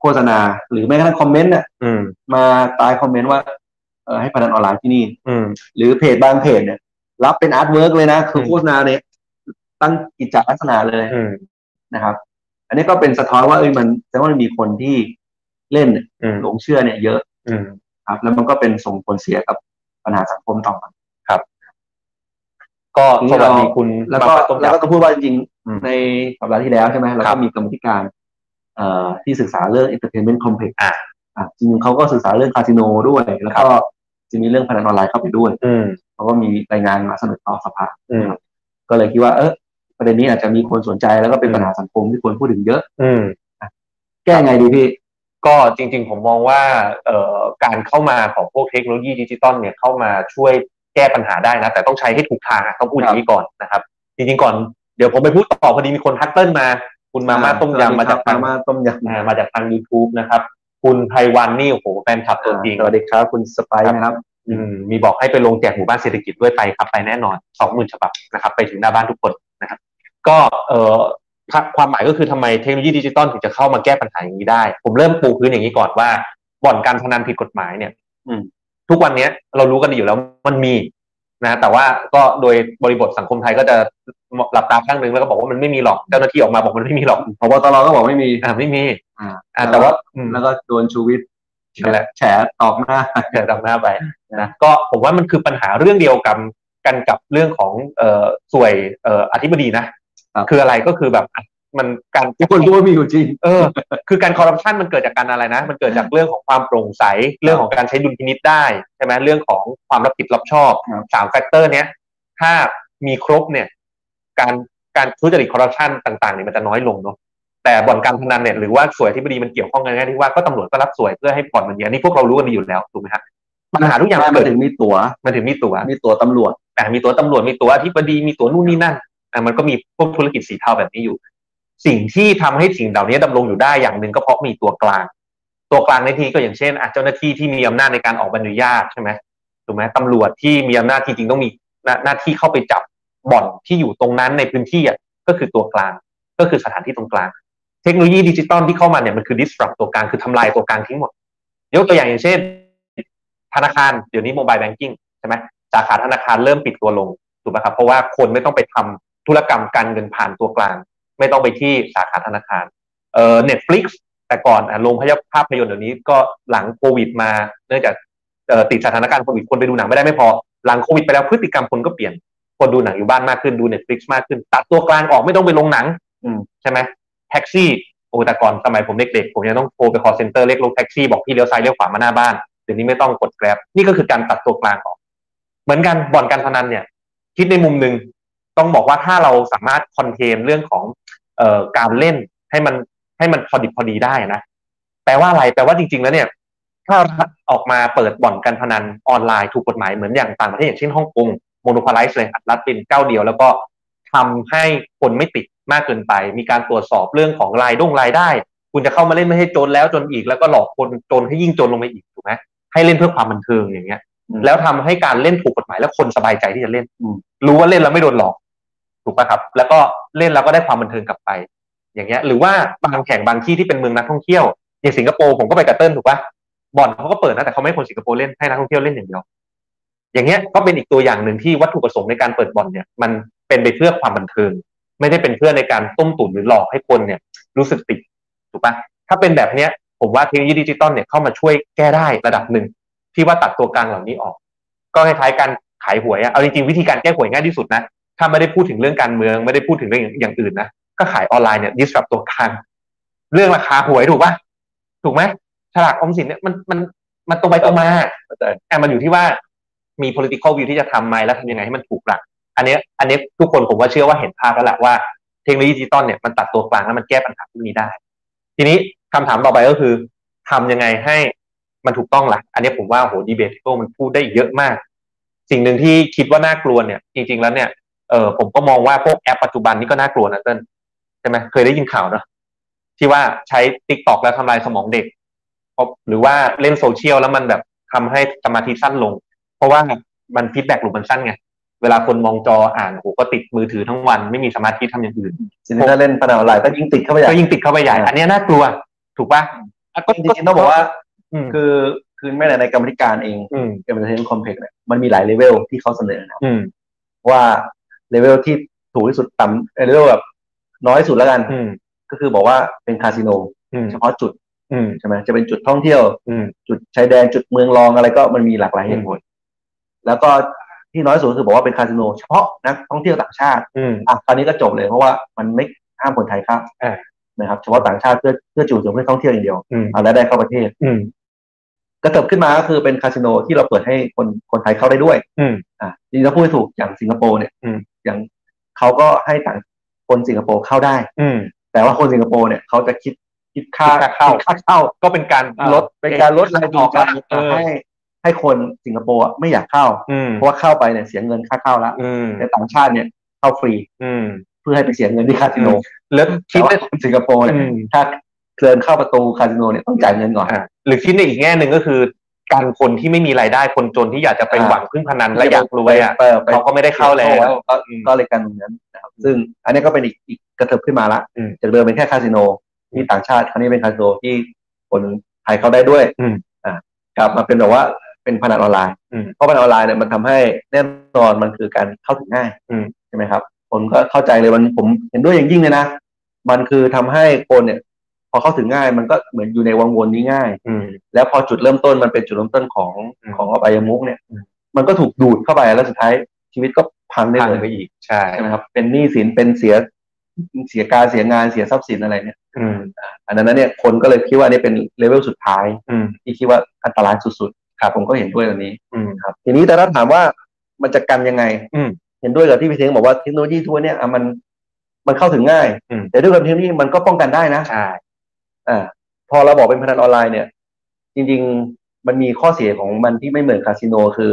Speaker 2: โฆษณาหรือแม้กระทั่งคอมเมนต์น่ะ
Speaker 1: อืม
Speaker 2: มาตายคอมเมนต์ว่าเอ่อให้พนันออนไลน์ที่นี่
Speaker 1: อืม
Speaker 2: หรือเพจบางเพจเนี่ย รับเป็นอาร์ตเวิร์กเลยนะคือ
Speaker 1: อืม
Speaker 2: โฆษณาเนี่ยตั้งกิจจลักษณะเลย
Speaker 1: อืม
Speaker 2: นะครับ อันนี้ก็เป็นสะท้อนว่าเอ้ยมันแสดงว่ามันมีคนที่เล่นเนี่ย
Speaker 1: อืม
Speaker 2: หลงเชื่อเนี่ยเยอะ
Speaker 1: อืม
Speaker 2: ครับ แล้วมันก็เป็นส่งผลเสียกับปัญหาสังคมต่อมา
Speaker 1: ก็
Speaker 2: ทีนี้
Speaker 1: สวั
Speaker 2: เรา
Speaker 1: สดีคุณ
Speaker 2: แล้วก็
Speaker 1: มาต้ม
Speaker 2: แล้
Speaker 1: ย
Speaker 2: วก็ต้องพูดว่าจริง
Speaker 1: อืม
Speaker 2: ๆในสัปดาห์ที่แล้วใช่ไหมเรา
Speaker 1: ครั
Speaker 2: ก็
Speaker 1: บ
Speaker 2: มีกรรมธิการ เอ่อที่ศึกษาเรื่อง entertainment complex
Speaker 1: อ่า
Speaker 2: อ่ะจริงๆเขาก็ศึกษาเรื่องคาสิโนด้วย แล้วก็จะมีเรื่องพนันออนไลน์เข้าไปด้วย
Speaker 1: อืม
Speaker 2: เขาก็มีรายงานมาเสนอต่อสภา
Speaker 1: อืม
Speaker 2: ก็เลยคิดว่าเออประเด็นนี้อาจจะมีคนสนใจแล้วก็เป็นปัญหาสังคมที่ควรพูดถึงเยอะ
Speaker 1: อืม
Speaker 2: แก้ไงดีพี่
Speaker 1: ก็จริงๆผมมองว่าเอ่อการเข้ามาของพวกเทคโนโลยีดิจิตอลเนี่ยเข้ามาช่วยแก้ปัญหาได้นะ แต่ต้องใช้ให้ถูกทางอะต้องพูดอย่างนี้ก่อนนะครับ จริงๆก่อนเดี๋ยวผมไปพูดต่อพอดีมีคนทักเติ้ลมา คุณมาม่าต้มยำมาจากทาง
Speaker 2: มาม่าต้มยำ
Speaker 1: อ่ามาจากทาง YouTube นะครับ คุณไพวันนี่โอ้โหแฟนคลับตัวจริง
Speaker 2: สวัสดีครับ คุณสไปซ์นะครับ
Speaker 1: อืมมีบอกให้ไปลงแจกหมู่บ้านเศรษฐกิจด้วยไปครับไปแน่นอนสองหมื่นฉบับนะครับไปถึงหน้าบ้านทุกคนนะครับ ก็เอ่อถ้าความหมายก็คือทำไมเทคโนโลยีดิจิตอลถึงจะเข้ามาแก้ปัญหาอย่างนี้ได้ ผมเริ่มปูพื้นอย่างนี้ก่อนว่าบ่อนการพนันผิดกฎหมายเนี่ย
Speaker 2: อืม
Speaker 1: ทุกวันเนี้ยเรารู้กันดีอยู่แล้วมันมีนะแต่ว่าก็โดยบริบทสังคมไทยก็จะหลับตาข้างหนึงแล้วก็บอกว่ามันไม่มีหรอกเจ้าหน้าที่ออกมาบอกมันไม่มีหรอก
Speaker 2: พบตรก็บอกไม่มี
Speaker 1: อ่าไม่มี
Speaker 2: อ่า
Speaker 1: อ่าแต่ว่าอืม
Speaker 2: แล้วก็โดนชูวิทย์
Speaker 1: นั่นแหละ
Speaker 2: แฉตอบหน้า
Speaker 1: เดินตามหน้าไปนะก็ผมว่ามันคือปัญหาเรื่องเดียวกับกันกับเรื่องของเอ่อสวยเอ่ออธิบดีนะครับ คืออะไรก็คือแบบอ่ะมันการ
Speaker 2: ทุกคนรู้ว่ามีอยู่จริง
Speaker 1: เออ คือการคอร์รัปชันมันเกิดจากการอะไรนะ มันเกิดจากเรื่องของความโปร่งใสเรื่องของการใช้ดุลพินิษได้ใช่ไหมเรื่องของความรับผิดรับชอบ
Speaker 2: ครับ
Speaker 1: สามแฟกเตอร์เนี้ยถ้ามีครบเนี่ย การการทุจริตคอร์รัปชันต่างๆเนี่ยมันจะน้อยลงเนาะแต่บ่อนการพนันเนี่ยหรือว่าสวยที่บดีมันเกี่ยวข้องกันแค่ที่ว่าก็ตำรวจก็รับสวยเพื่อให้บ่อนมันเนี่ยอันนี่พวกเรารู้กันดีอยู่แล้วถูกไหมฮะปัญหาทุกอย่างมัน
Speaker 2: มา
Speaker 1: เกิด
Speaker 2: ถึงมีตั๋ว
Speaker 1: มันถึงมีตัว
Speaker 2: มีตั๋วตำรวจ
Speaker 1: อ่ะมีตัวตำรวจ มีตัวอธิบดี มีตัวนู่นนี่นั่นอ่ะมันก็มีพวกธุรกิจสีเทาแบบนี้อยู่ สิ่งที่ทำให้สิ่งเหล่านี้ดำรงอยู่ได้อย่างหนึ่งก็เพราะมีตัวกลาง ตัวกลางในที่ก็อย่างเช่นอ่ะเจ้าหน้าที่ที่มีอำนาจในการออกใบอนุญาตใช่ไหมถูกไหมตำรวจที่มีอำนาจจริงๆต้องมีหน้าหน้าที่เข้าไปจับบ่อนที่อยู่ตรงนั้นในพื้นที่อ่ะก็คือตัวกลาง ก็คือสถานที่ตรงกลาง เทคโนโลยีดิจิตอลที่เข้ามาเนี่ยมันคือ disrupt ตัวกลางคือทำลายตัวกลางทิ้งหมด ยกตัวอย่างอย่างเช่น ธนาคารเดี๋ยวนี้ mobile banking ใช่ไหมสาขาธนาคารเริ่มปิดตัวลงถูกไหมครับ เพราะว่าคนไม่ต้องไปทำธุรกรรมการเงินผ่านตัวกลาง ไม่ต้องไปที่สาขาธนาคารเอ่อ Netflix แต่ก่อนอ่ะโรงภาพยนตร์เดี๋ยวนี้ก็หลังโควิดมาเนื่องจาก เอ่อติดสถานการณ์โควิดคนไปดูหนังไม่ได้ไม่พอ หลังโควิดไปแล้วพฤติกรรมคนก็เปลี่ยน คนดูหนังอยู่บ้านมากขึ้นดูเน็ตฟลิกซ์มากขึ้น ตัดตัวกลางออกไม่ต้องไปลงหนัง
Speaker 2: อืม
Speaker 1: ใช่ไหมแท็กซี่โอ้แต่ก่อนสมัยผมเด็กๆผมยังต้องโทรไป call center เรียกรถแท็กซี่บอกพี่เลี้ยวซ้ายเลี้ยวขวามาหน้าบ้านเดี๋ยวนี้ไม่ต้องกดแกร็บนี่ก็คือการตัดตัวกลางออก เหมือนกันบ่อนการพนันเนี่ย คิดในมุมหนึ่งต้องบอกว่าถ้าเราสามารถคอนเทนเรื่องของเอ่อการเล่นให้มันให้มันพอดิบพอดีได้นะแปลว่าอะไรแปลว่าจริง ๆ แล้วเนี่ย ถ้ารัฐออกมาเปิดบ่อนการพนันออนไลน์ถูกกฎหมายเหมือนอย่างต่างประเทศอย่างเช่นฮ่องกงโมโนพาไลซ์เลยอัดรัฐเป็นเก้าเดียว แล้วก็ทำให้คนไม่ติดมากเกินไป มีการตรวจสอบเรื่องของรายด้งรายได้ คุณจะเข้ามาเล่นไม่ให้จนแล้วจนอีกแล้วก็หลอกคนจนให้ยิ่งจนลงไปอีกถูกไหมให้เล่นเพื่อความบันเทิงอย่างเงี้ย
Speaker 2: อืม
Speaker 1: แล้วทำให้การเล่นถูกกฎหมายแล้วคนสบายใจที่จะเล่น
Speaker 2: อืม
Speaker 1: รู้ว่าเล่นแล้วไม่โดนหลอก ถูกป่ะครับ แล้วก็เล่นแล้วก็ได้ความบันเทิงกลับไป อย่างเงี้ย หรือว่าบางแข่งบางที่ที่เป็นเมืองนักท่องเที่ยวอย่างสิงคโปร์ผมก็ไปกับเติ้ลถูกป่ะบ่อนเขาก็เปิดนะแต่เขาไม่ให้คนสิงคโปร์เล่นให้นักท่องเที่ยวเล่นอย่างเดียว อย่างเงี้ยก็เป็นอีกตัวอย่างหนึ่งที่วัตถุประสงค์ในการเปิดบ่อนเนี่ย มันเป็นไปเพื่อความบันเทิง ไม่ได้เป็นเพื่อในการต้มตุ๋นหรือหลอกให้คนเนี่ย รู้สึกติดถูกปะถ้าเป็นแบบเนี้ยผมว่าเทคโนโลยีดิจิตอลเนี่ยเข้ามาช่วยแก้ได้ระดับหนึ่ง ที่ว่าตัดตัวกลางเหล่านี้ออก ก็คล้ายๆการขายหวยอะเอาจริงๆวิธีการแก้หวยง่ายที่สุดนะ ถ้าไม่ได้พูดถึงเรื่องการเมืองไม่ได้พูดถึงเรื่องอย่างอื่นนะ ก็ขายออนไลน์เนี่ย disrupt ตัวกลางเรื่องราคาหวยถูกปะถูกไหมฉลากออมสินเนี่ยมันมันมันตรงไปตรงมา
Speaker 2: เข้าใจ
Speaker 1: แต่มันอยู่ที่ว่ามี political view ที่จะทำไหมแล้วทำยังไงให้มันถูกหลัก อันเนี้ยอันเนี้ยทุกคนผมว่าเชื่อว่าเห็นภาพแล้วแหละว่าเทคโนโลยีดิจิตอลเนี่ยมันตัดตัวกลางแล้วมันแก้ปัญหาพวกนี้ได้ ทีนี้คำถามต่อไปก็คือทำยังไงให้มันถูกต้องหลัก อันเนี้ยผมว่าโหดีเบตโตมันพูดได้เยอะมาก สิ่งหนึ่งที่คิดว่าน่ากลัวเนี่ย จริง ๆ แล้วเนี่ยเออผมก็มองว่าพวกแอปปัจจุบันนี่ก็น่ากลัวนะเต้นใช่ไหมเคยได้ยินข่าวเนอะที่ว่าใช้ t ิ k t o k แล้วทำลายสมองเด็กเพราะหรือว่าเล่นโซเชียลแล้วมันแบบทำให้สมาธิสั้นลง เพราะว่ามันฟีดแบ็กหลุมมันสั้นไง เวลาคนมองจออ่านโหก็ติดมือถือทั้งวัน ไม่มีสมาธิทำอย่างอื่น
Speaker 2: ทีนี้ถ้าเล่นพนันออนไลน์ก็ยิ่งติดเข้าไปใหญ่
Speaker 1: ก็ยิ่งติดเข้าไปใหญ่
Speaker 2: อ่า
Speaker 1: อันเนี้ยน่ากลัว ถูกปะอ่ะก็
Speaker 2: จริงๆต้องบอกว่า
Speaker 1: อืม
Speaker 2: คือคือแม้แต่ในกรรมธิการเอง
Speaker 1: อืม
Speaker 2: กรรมธิการคอมเพล็กซ์เนี่ยมันมีหลายเลเวลที่เขาเสนอนะ
Speaker 1: อืม
Speaker 2: ว่าเลเวลที่ถูกที่สุดต่ำเอ่อเลเวลแบบน้อยที่สุดแล้วกัน
Speaker 1: อืม
Speaker 2: ก็คือบอกว่าเป็นคาสิโน
Speaker 1: อืม
Speaker 2: เฉพาะจุด
Speaker 1: อืม
Speaker 2: ใช่ไหมจะเป็นจุดท่องเที่ยว
Speaker 1: อืม
Speaker 2: จุดชายแดนจุดเมืองรองอะไรก็มันมีหลากหลายเหตุผลแล้วก็ที่น้อยสุดคือบอกว่าเป็นคาสิโนเฉพาะนักท่องเที่ยวต่างชาติ
Speaker 1: อืม
Speaker 2: อ่ะตอนนี้ก็จบเลยเพราะว่ามันไม่ห้ามคนไทยเข้า
Speaker 1: อ่า
Speaker 2: นะครับเฉพาะต่างชาติเพื่อเพื่อจูงใจเพื่อท่องเที่ยวอย่างเดียว
Speaker 1: อืม
Speaker 2: เอาแล้วได้เข้าประเทศ
Speaker 1: อืม
Speaker 2: กระเถิบขึ้นมาก็คือเป็นคาสิโนที่เราเปิดให้คนคนไทยเข้าได้ด้วย
Speaker 1: อืม
Speaker 2: อ่ะจริงๆถ้าพูดให้ถูกอย่างสิงคโปร์เนี่ย
Speaker 1: อืม
Speaker 2: อย่างเขาก็ให้ต่างคนสิงคโปร์เข้าได้
Speaker 1: อืม
Speaker 2: แต่ว่าคนสิงคโปร์เนี่ยเขาจะคิดคิดค่า
Speaker 1: คิดค่าเข้า
Speaker 2: คิดค่าเข้า
Speaker 1: ก็เป็นการล
Speaker 2: ลด
Speaker 1: ด
Speaker 2: เป็นการลดราย
Speaker 1: อ
Speaker 2: จู
Speaker 1: อง ก
Speaker 2: ใจ
Speaker 1: เออ
Speaker 2: ให้ให้คนสิงคโปร์อะไม่อยากเข้า
Speaker 1: อืม
Speaker 2: เพราะว่าเข้าไปเนี่ยเสียเงินค่าเข้าแล้ว
Speaker 1: อืม
Speaker 2: แต่ต่างชาติเนี่ยเข้าฟรี
Speaker 1: อืม
Speaker 2: เพื่อให้ไปเสียเงินที่คาสิโน
Speaker 1: อืม แล้วคิด
Speaker 2: แต่ว่า
Speaker 1: ได้
Speaker 2: คนสิงคโปร์เนี่ย
Speaker 1: อืม
Speaker 2: ถ้าเดินเข้าประตูคาสิโนเนี่ยต้องจ่ายเงินก่อน
Speaker 1: อ่าหรือคิดในอีกแง่หนึ่งก็คือ การคนที่ไม่มีรายได้คนจนที่อยากจะไป
Speaker 2: อ่า
Speaker 1: หวังพึ่งพนันและอยากรวยอ่ะ
Speaker 2: ไปไป
Speaker 1: เขาก็ไม่ได้เข้าแล้ว
Speaker 2: ก็
Speaker 1: อืม
Speaker 2: ก็เลยการเมืองนั้นนะครับซึ่งอันนี้ก็เป็นอีกอีกกระเถิบขึ้นมาละ
Speaker 1: อืม
Speaker 2: จากเดิมเป็นแค่คาสิโนที่ต่างชาติคราวนี้เป็นคาสิโนที่คนไทยเข้าได้ด้วย
Speaker 1: อืม
Speaker 2: อ่ากลับมาเป็นแบบว่าเป็นพนันออนไลน์
Speaker 1: อืม
Speaker 2: เพราะพนันออนไลน์เนี่ยมันทำให้แน่นอนมันคือการเข้าถึงง่าย
Speaker 1: อืม
Speaker 2: ใช่ไหมครับคนก็เข้าใจเลยมันผมเห็นด้วยอย่างยิ่งเลยนะ มันคือทำให้คนเนี่ย พอเข้าถึงง่าย มันก็เหมือนอยู่ในวังวนนี้ง่าย
Speaker 1: อืม
Speaker 2: แล้วพอจุดเริ่มต้นมันเป็นจุดเริ่มต้นของ
Speaker 1: อืม
Speaker 2: ของอบายมุกเนี่ย
Speaker 1: อืม
Speaker 2: มันก็ถูกดูดเข้าไปแล้วสุดท้ายชีวิตก็พังได้
Speaker 1: ทาง
Speaker 2: เลย
Speaker 1: ไปอีกใช่
Speaker 2: ใช่ไหมครับ เป็นหนี้สินเป็นเสียเสียการเสียงานเสียทรัพย์สินอะไรเนี่ย
Speaker 1: อืม
Speaker 2: อันนั้นเนี่ยคนก็เลยคิดว่านี่เป็นเลเวลสุดท้าย
Speaker 1: อืม
Speaker 2: ที่คิดว่าอันตรายสุดๆครับผมก็เห็นด้วยตรงนี้
Speaker 1: อืม
Speaker 2: ครับ ทีนี้แต่ถ้าถามว่ามันจะกันยังไง
Speaker 1: อืม
Speaker 2: เห็นด้วยกับที่พี่เทงบอกว่าเทคโนโลยีทั่วเนี่ยอ่ะมันมันเข้าถึงง่าย
Speaker 1: อืม
Speaker 2: แต่ด้วยกับเทคโนโลยีมันก็ป้องกันได้นะ
Speaker 1: ใช่
Speaker 2: อ่าพอเราบอกเป็นพนันออนไลน์เนี่ย จริง ๆ มันมีข้อเสียของมันที่ไม่เหมือนคาสิโนคือ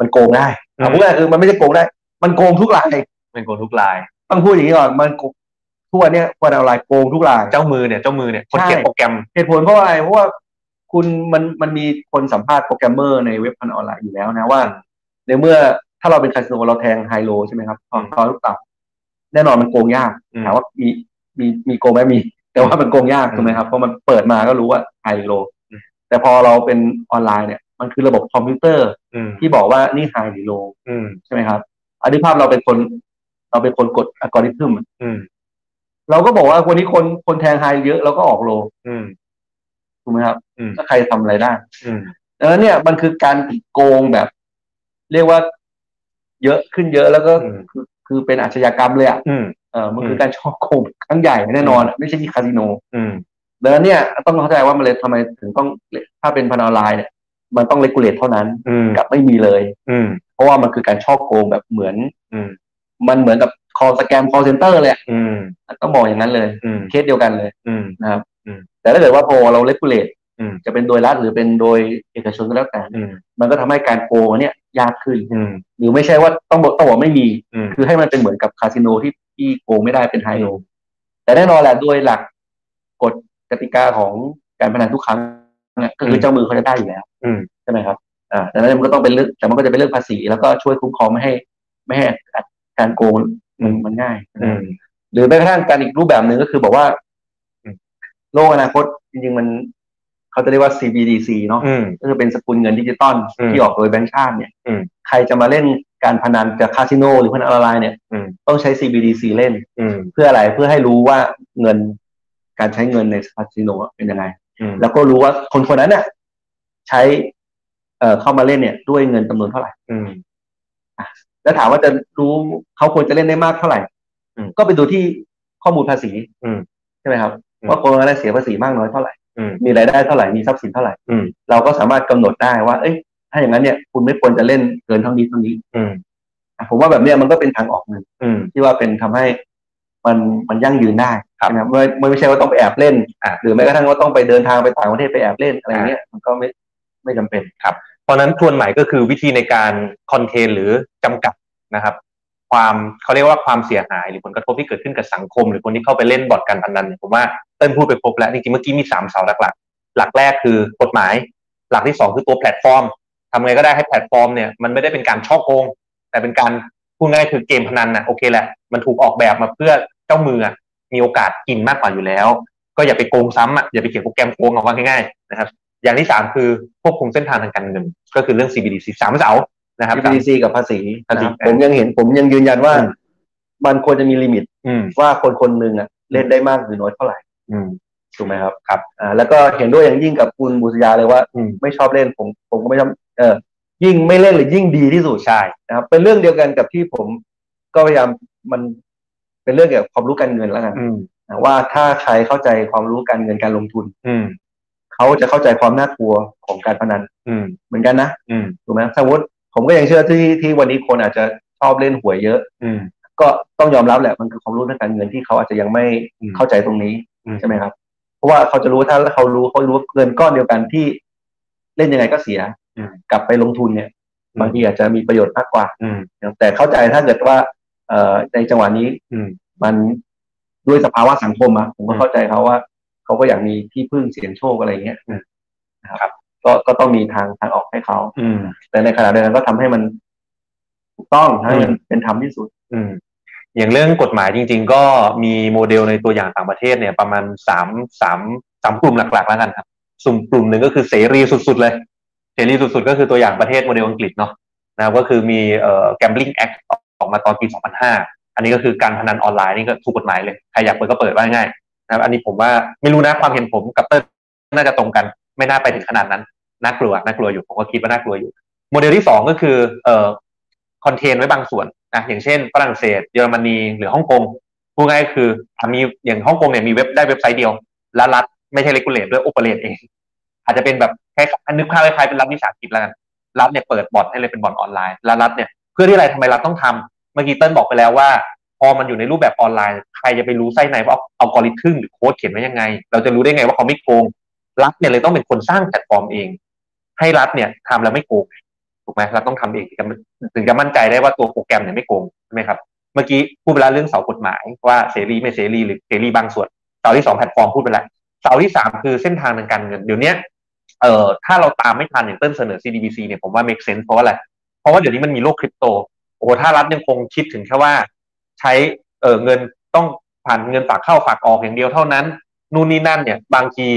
Speaker 2: มันโกงได้เอาพูดง่ายๆคือมันไม่ใช่โกงได้ มันโกงทุกราย
Speaker 1: เป็นคนทุกราย
Speaker 2: ต้องพูดอย่างนี้ก่อนมันโกงทุกวันเนี้ยพนันออนไลน์โกงทุกราย
Speaker 1: เจ้ามือเนี่ยเจ้ามือเนี่ยคนเขียน
Speaker 2: ใช่
Speaker 1: โปรแกรม
Speaker 2: เหตุผลเพราะอะไรเพราะว่าคุณมันมันมีคนสัมภาษณ์โปรแกรมเมอร์ในเว็บพนันออนไลน์อยู่แล้วนะว่า ในเมื่อถ้าเราเป็นคาสิโนเราแทงไฮโลใช่ไหมครับตอนตอนลูกเต่าแน่นอนมันโกงยาก
Speaker 1: อืม
Speaker 2: ถามว่ามีมีมีโกงไหมมี แต่ว่ามันโกงยาก
Speaker 1: อืม
Speaker 2: ถูกไหมครับเพราะมันเปิดมาก็รู้ว่าไฮโล
Speaker 1: อืม
Speaker 2: แต่พอเราเป็นออนไลน์เนี่ยมันคือระบบคอมพิวเตอร์
Speaker 1: อืม
Speaker 2: ที่บอกว่านี่ไฮหรือโล
Speaker 1: อืม
Speaker 2: ใช่ไหมครับอันนี้ภาพเราเป็นคน เราเป็นคนกดอัลกอริทึม
Speaker 1: อืม
Speaker 2: เราก็บอกว่าวันนี้คนคนแทงไฮเยอะเราก็ออกโล
Speaker 1: อืม
Speaker 2: ถูกไหมครับ
Speaker 1: อืม
Speaker 2: ถ้าใครทำอะไรได้
Speaker 1: อืม
Speaker 2: เอ ดังนั้นเนี่ยมันคือการโกงแบบ เรียกว่า เยอะขึ้นเยอะแล้วก็
Speaker 1: อืม
Speaker 2: คือคือเป็นอาชญากรรมเลยอ่ะ
Speaker 1: อืม
Speaker 2: เออมันคือ
Speaker 1: ม
Speaker 2: การช่อโกงครั้งใหญ่แน่นอนอะไม่ใช่ที่คาสิโน
Speaker 1: อืม
Speaker 2: ดังนั้นเนี่ยต้องเข้าใจว่ามันเลยทำไมถึงต้องถ้าเป็นพนันออนไลน์เนี่ย มันต้องเลกูเลตเท่านั้น
Speaker 1: อืม
Speaker 2: กับไม่มีเลย
Speaker 1: อืม
Speaker 2: เพราะว่ามันคือการช่อโกงแบบเหมือน
Speaker 1: อืม
Speaker 2: มันเหมือนกับ call scam call center เลยอะ
Speaker 1: อืม
Speaker 2: ต้องบอกอย่างนั้นเลย
Speaker 1: อืม
Speaker 2: เคสเดียวกันเลย
Speaker 1: อืม
Speaker 2: นะครับ
Speaker 1: อืม
Speaker 2: แต่ถ้าเกิดว่าพอเราเลกูเลต
Speaker 1: อืม
Speaker 2: จะเป็นโดยรัฐหรือเป็นโดยเอกชนก็แล้วแต่
Speaker 1: อืม
Speaker 2: มันก็ทำให้การโกงอันเนี่ยยากขึ้น
Speaker 1: อืม
Speaker 2: หรือไม่ใช่ว่าต้องบอกต้องบอกไม่มี
Speaker 1: อืม
Speaker 2: คือให้มันเป็นเหมือนกับคาสิโนที่ที่โกงไม่ได้เป็นไฮโล
Speaker 1: อืม
Speaker 2: แต่แน่นอนแหละด้วยหลักกฎกติกาของการพนันทุกครั้งเนี่ยก็คือเจ้ามือเขาจะได้อยู่แล้ว
Speaker 1: อืม
Speaker 2: ใช่ไหมครับอ่าดังนั้นมันก็ต้องเป็นเรื่องแต่มันก็จะเป็นเรื่องภาษี แล้วก็ช่วยคุ้มครองไม่ให้ ไม่ให้การโกงมันมันง่าย
Speaker 1: อืม
Speaker 2: หรือแม้กระทั่งการอีกรูปแบบหนึ่งก็คือบอกว่า
Speaker 1: อืม
Speaker 2: โลกอนาคตจริงๆมันเขาจะเรียกว่า CBDC เนาะ
Speaker 1: อืม
Speaker 2: ก็คือเป็นสกุลเงินดิจิตอล
Speaker 1: อืม
Speaker 2: ที่ออกโดยแบงก์ชาติเนี่ย
Speaker 1: อืม
Speaker 2: ใครจะมาเล่นการพนันจากคาสิโนหรือพนันออนไลน์เนี่ย
Speaker 1: อืม
Speaker 2: ต้องใช้ CBDC เล่น
Speaker 1: อืม
Speaker 2: เพื่ออะไรเพื่อให้รู้ว่าเงินการใช้เงินในคาสิโนเป็นยังไง
Speaker 1: อืม
Speaker 2: แล้วก็รู้ว่าคนคนนั้นเนี่ยใช้เอ่อเข้ามาเล่นเนี่ยด้วยเงินจำนวนเท่าไหร่
Speaker 1: อืม
Speaker 2: แล้วถามว่าจะรู้เขาควรจะเล่นได้มากเท่าไหร่
Speaker 1: อืม
Speaker 2: ก็ไปดูที่ข้อมูลภาษี
Speaker 1: อืม
Speaker 2: ใช่ไหมครับ
Speaker 1: อืม
Speaker 2: ว่าคนคนนั้นเสียภาษีมากน้อยเท่าไหร่
Speaker 1: อืม
Speaker 2: มีรายได้เท่าไหร่มีทรัพย์สินเท่าไหร่
Speaker 1: อืม
Speaker 2: เราก็สามารถกำหนดได้ว่า เอ้ยถ้าอย่างนั้นเนี่ยคุณไม่ควรจะเล่นเกินเท่านี้เท่านี้
Speaker 1: อืม
Speaker 2: อ่ะผมว่าแบบเนี้ยมันก็เป็นทางออกหนึ่ง
Speaker 1: อืม
Speaker 2: ที่ว่าเป็นทำให้มันมันยั่งยืนได้
Speaker 1: ครับ
Speaker 2: ใช่ไหมไม่ไม่ไม่ใช่ว่าต้องไปแอบเล่น
Speaker 1: อ่ะ
Speaker 2: หรือแม้กระทั่งว่าต้องไปเดินทางไปต่างประเทศไปแอบเล่นอะไรเงี้ยมันก็ไม่ไม่จำเป็น
Speaker 1: เพราะฉะนั้นทวนใหม่ก็คือวิธีในการคอนเทนหรือจำกัดนะครับ ความเขาเรียกว่าความเสียหาย หรือผลกระทบที่เกิดขึ้นกับสังคม หรือคนที่เข้าไปเล่นบอร์ดการพนันเนี่ยผมว่าเต้นพูดไปครบแล้วจริงๆเมื่อกี้มีสามเสาหลักๆหลักแรกคือกฎหมาย หลักที่สองคือตัวแพลตฟอร์มทำไงก็ได้ให้แพลตฟอร์มเนี่ยมันไม่ได้เป็นการช่อโกง แต่เป็นการพูดง่ายๆคือเกมพนันนะโอเคแหละมันถูกออกแบบมาเพื่อเจ้ามืออะมีโอกาสกินมากกว่าอยู่แล้ว ก็อย่าไปโกงซ้ำอ่ะอย่าไปเขียนโปรแกรมโกงออกมาง่ายๆนะครับ อย่างที่สามคือควบคุมเส้นทางทางการเงินก็คือเรื่อง CBDC สามเสานะครับ
Speaker 2: CBDC กับภาษี
Speaker 1: ภาษี
Speaker 2: นะครับผมยังเห็นผมยังยืนยันว่า
Speaker 1: อืม
Speaker 2: มันควรจะมีลิมิต
Speaker 1: อืม
Speaker 2: ว่าคนคนหนึ่งอะเล่นได้มากหรือน้อยเท่าไหร่
Speaker 1: อืม
Speaker 2: ถูกไหมครับ
Speaker 1: ครับ
Speaker 2: อ่าแล้วก็เห็นด้วยอย่างยิ่งกับคุณบุษยาเลยว่า
Speaker 1: อืม
Speaker 2: ไม่ชอบเล่นผมผมก็ไม่ชอบเออยิ่งไม่เล่นเลยยิ่งดีที่สุด
Speaker 1: ใช่
Speaker 2: นะครับเป็นเรื่องเดียวกันกับที่ผมก็พยายามมันเป็นเรื่องเกี่ยวกับความรู้การเงินแล้วกัน
Speaker 1: อืม
Speaker 2: นะว่าถ้าใครเข้าใจความรู้การเงินการลงทุน
Speaker 1: อืม
Speaker 2: เขาจะเข้าใจความน่ากลัวของการพนัน
Speaker 1: อืม
Speaker 2: เหมือนกันนะ
Speaker 1: อืม
Speaker 2: ถูกไหมสมมติผมก็ยังเชื่อที่ที่วันนี้คนอาจจะชอบเล่นหวยเยอะ
Speaker 1: อืม
Speaker 2: ก็ต้องยอมรับแหละมันคือความรู้ทางการเงินที่เขาอาจจะยังไม่
Speaker 1: อืม
Speaker 2: เข้าใจตรงนี้
Speaker 1: อืม
Speaker 2: ใช่ไหมครับ เพราะว่าเขาจะรู้ว่าถ้าเขารู้เขารู้ว่าเงินก้อนเดียวกันที่เล่นยังไงก็เสีย
Speaker 1: อืม
Speaker 2: กลับไปลงทุนเนี่ย บางทีอาจจะมีประโยชน์มากกว่า
Speaker 1: อืม
Speaker 2: แต่เข้าใจถ้าเกิดว่า เอ่อในจังหวะนี้
Speaker 1: อืม
Speaker 2: มันด้วยสภาวะสังคมอะผมก็
Speaker 1: อืม
Speaker 2: เข้าใจเขาว่าเขาก็อยากมีที่พึ่งเสียงโชคอะไรเงี้ย
Speaker 1: อืม
Speaker 2: นะครับ ก็ก็ต้องมีทางทางออกให้เขา
Speaker 1: อืม
Speaker 2: แต่ในขณะเดียวกันก็ทำให้มันถูกต้องให้มันเป็นธรรมที่สุด
Speaker 1: อืมอย่างเรื่องกฎหมายจริง ๆ ก็มีโมเดลในตัวอย่างต่างประเทศเนี่ยประมาณสามสามสามกลุ่มหลักๆแล้วกันครับสุ่มกลุ่มหนึ่งก็คือเสรีสุดๆเลย เสรีสุดๆ ก็คือตัวอย่างประเทศโมเดลอังกฤษเนาะนะครับก็คือมีเอ่อ gambling act ออกมาตอนปี 2005 อันนี้ก็คือการพนันออนไลน์นี่ก็ถูกกฎหมายเลย ใครอยากเปิดก็เปิดว่าง่ายนะครับอันนี้ผมว่าไม่รู้นะความเห็นผมกับเต้ลน่าจะตรงกันไม่น่าไปถึงขนาดนั้นน่ากลัวน่ากลัวอยู่ผมก็คิดว่าน่ากลัวอยู่ โมเดลที่สองก็คือเอ่อคอนเทนไว้บางส่วนนะอย่างเช่นฝรั่งเศสเยอรมนีหรือฮ่องกงพูดง่ายๆคืออ่ะมีอย่างฮ่องกงเนี่ยมีเว็บได้เว็บไซต์เดียว และรัฐไม่ใช่เลกูเลตด้วยโอเปเรตเอง อาจจะเป็นแบบแค่นึกภาพคล้ายๆเป็นรัฐวิสาหกิจแล้วกันรัฐเนี่ยเปิดบ่อนให้เลยเป็นบ่อนออนไลน์และรัฐเนี่ยเพื่อที่อะไรทำไมรัฐต้องทำเมื่อกี้เติ้ลบอกไปแล้วว่า พอมันอยู่ในรูปแบบออนไลน์ ใครจะไปรู้ไส้ในว่าเอากริทึมหรือโค้ดเขียนไว้ยังไง เราจะรู้ได้ไงว่าเขาไม่โกงรัฐเนี่ยเลยต้องเป็นคนสร้างแพลตฟอร์มเอง ให้รัฐเนี่ยทำแล้วไม่โกง ถูกไหมเราต้องทำเองถึงจะถึงจะมั่นใจได้ว่าตัวโปรแกรมเนี่ยไม่โกงใช่ไหมครับ เมื่อกี้พูดไปแล้วเรื่องเสากฎหมายว่าเสรีไม่เสรีหรือเสรีบางส่วนเสาที่สองแพลตฟอร์มพูดไปแล้วเสาที่สามคือเส้นทางทางการเงินเดี๋ยวเนี้ยเอ่อถ้าเราตามไม่ทันอย่างเต้นเสนอ CDBC เนี่ยผมว่า make sense เพราะว่าอะไร เพราะว่าเดี๋ยวนี้มันมีโลกคริปโตโอ้โหถ้ารัฐยังคงคิดถึงแค่ว่า ใช้เอ่อเงินต้องผ่านเงินฝากเข้าฝากออกอย่างเดียวเท่านั้น นู่นนี่นั่นเนี่ยบางที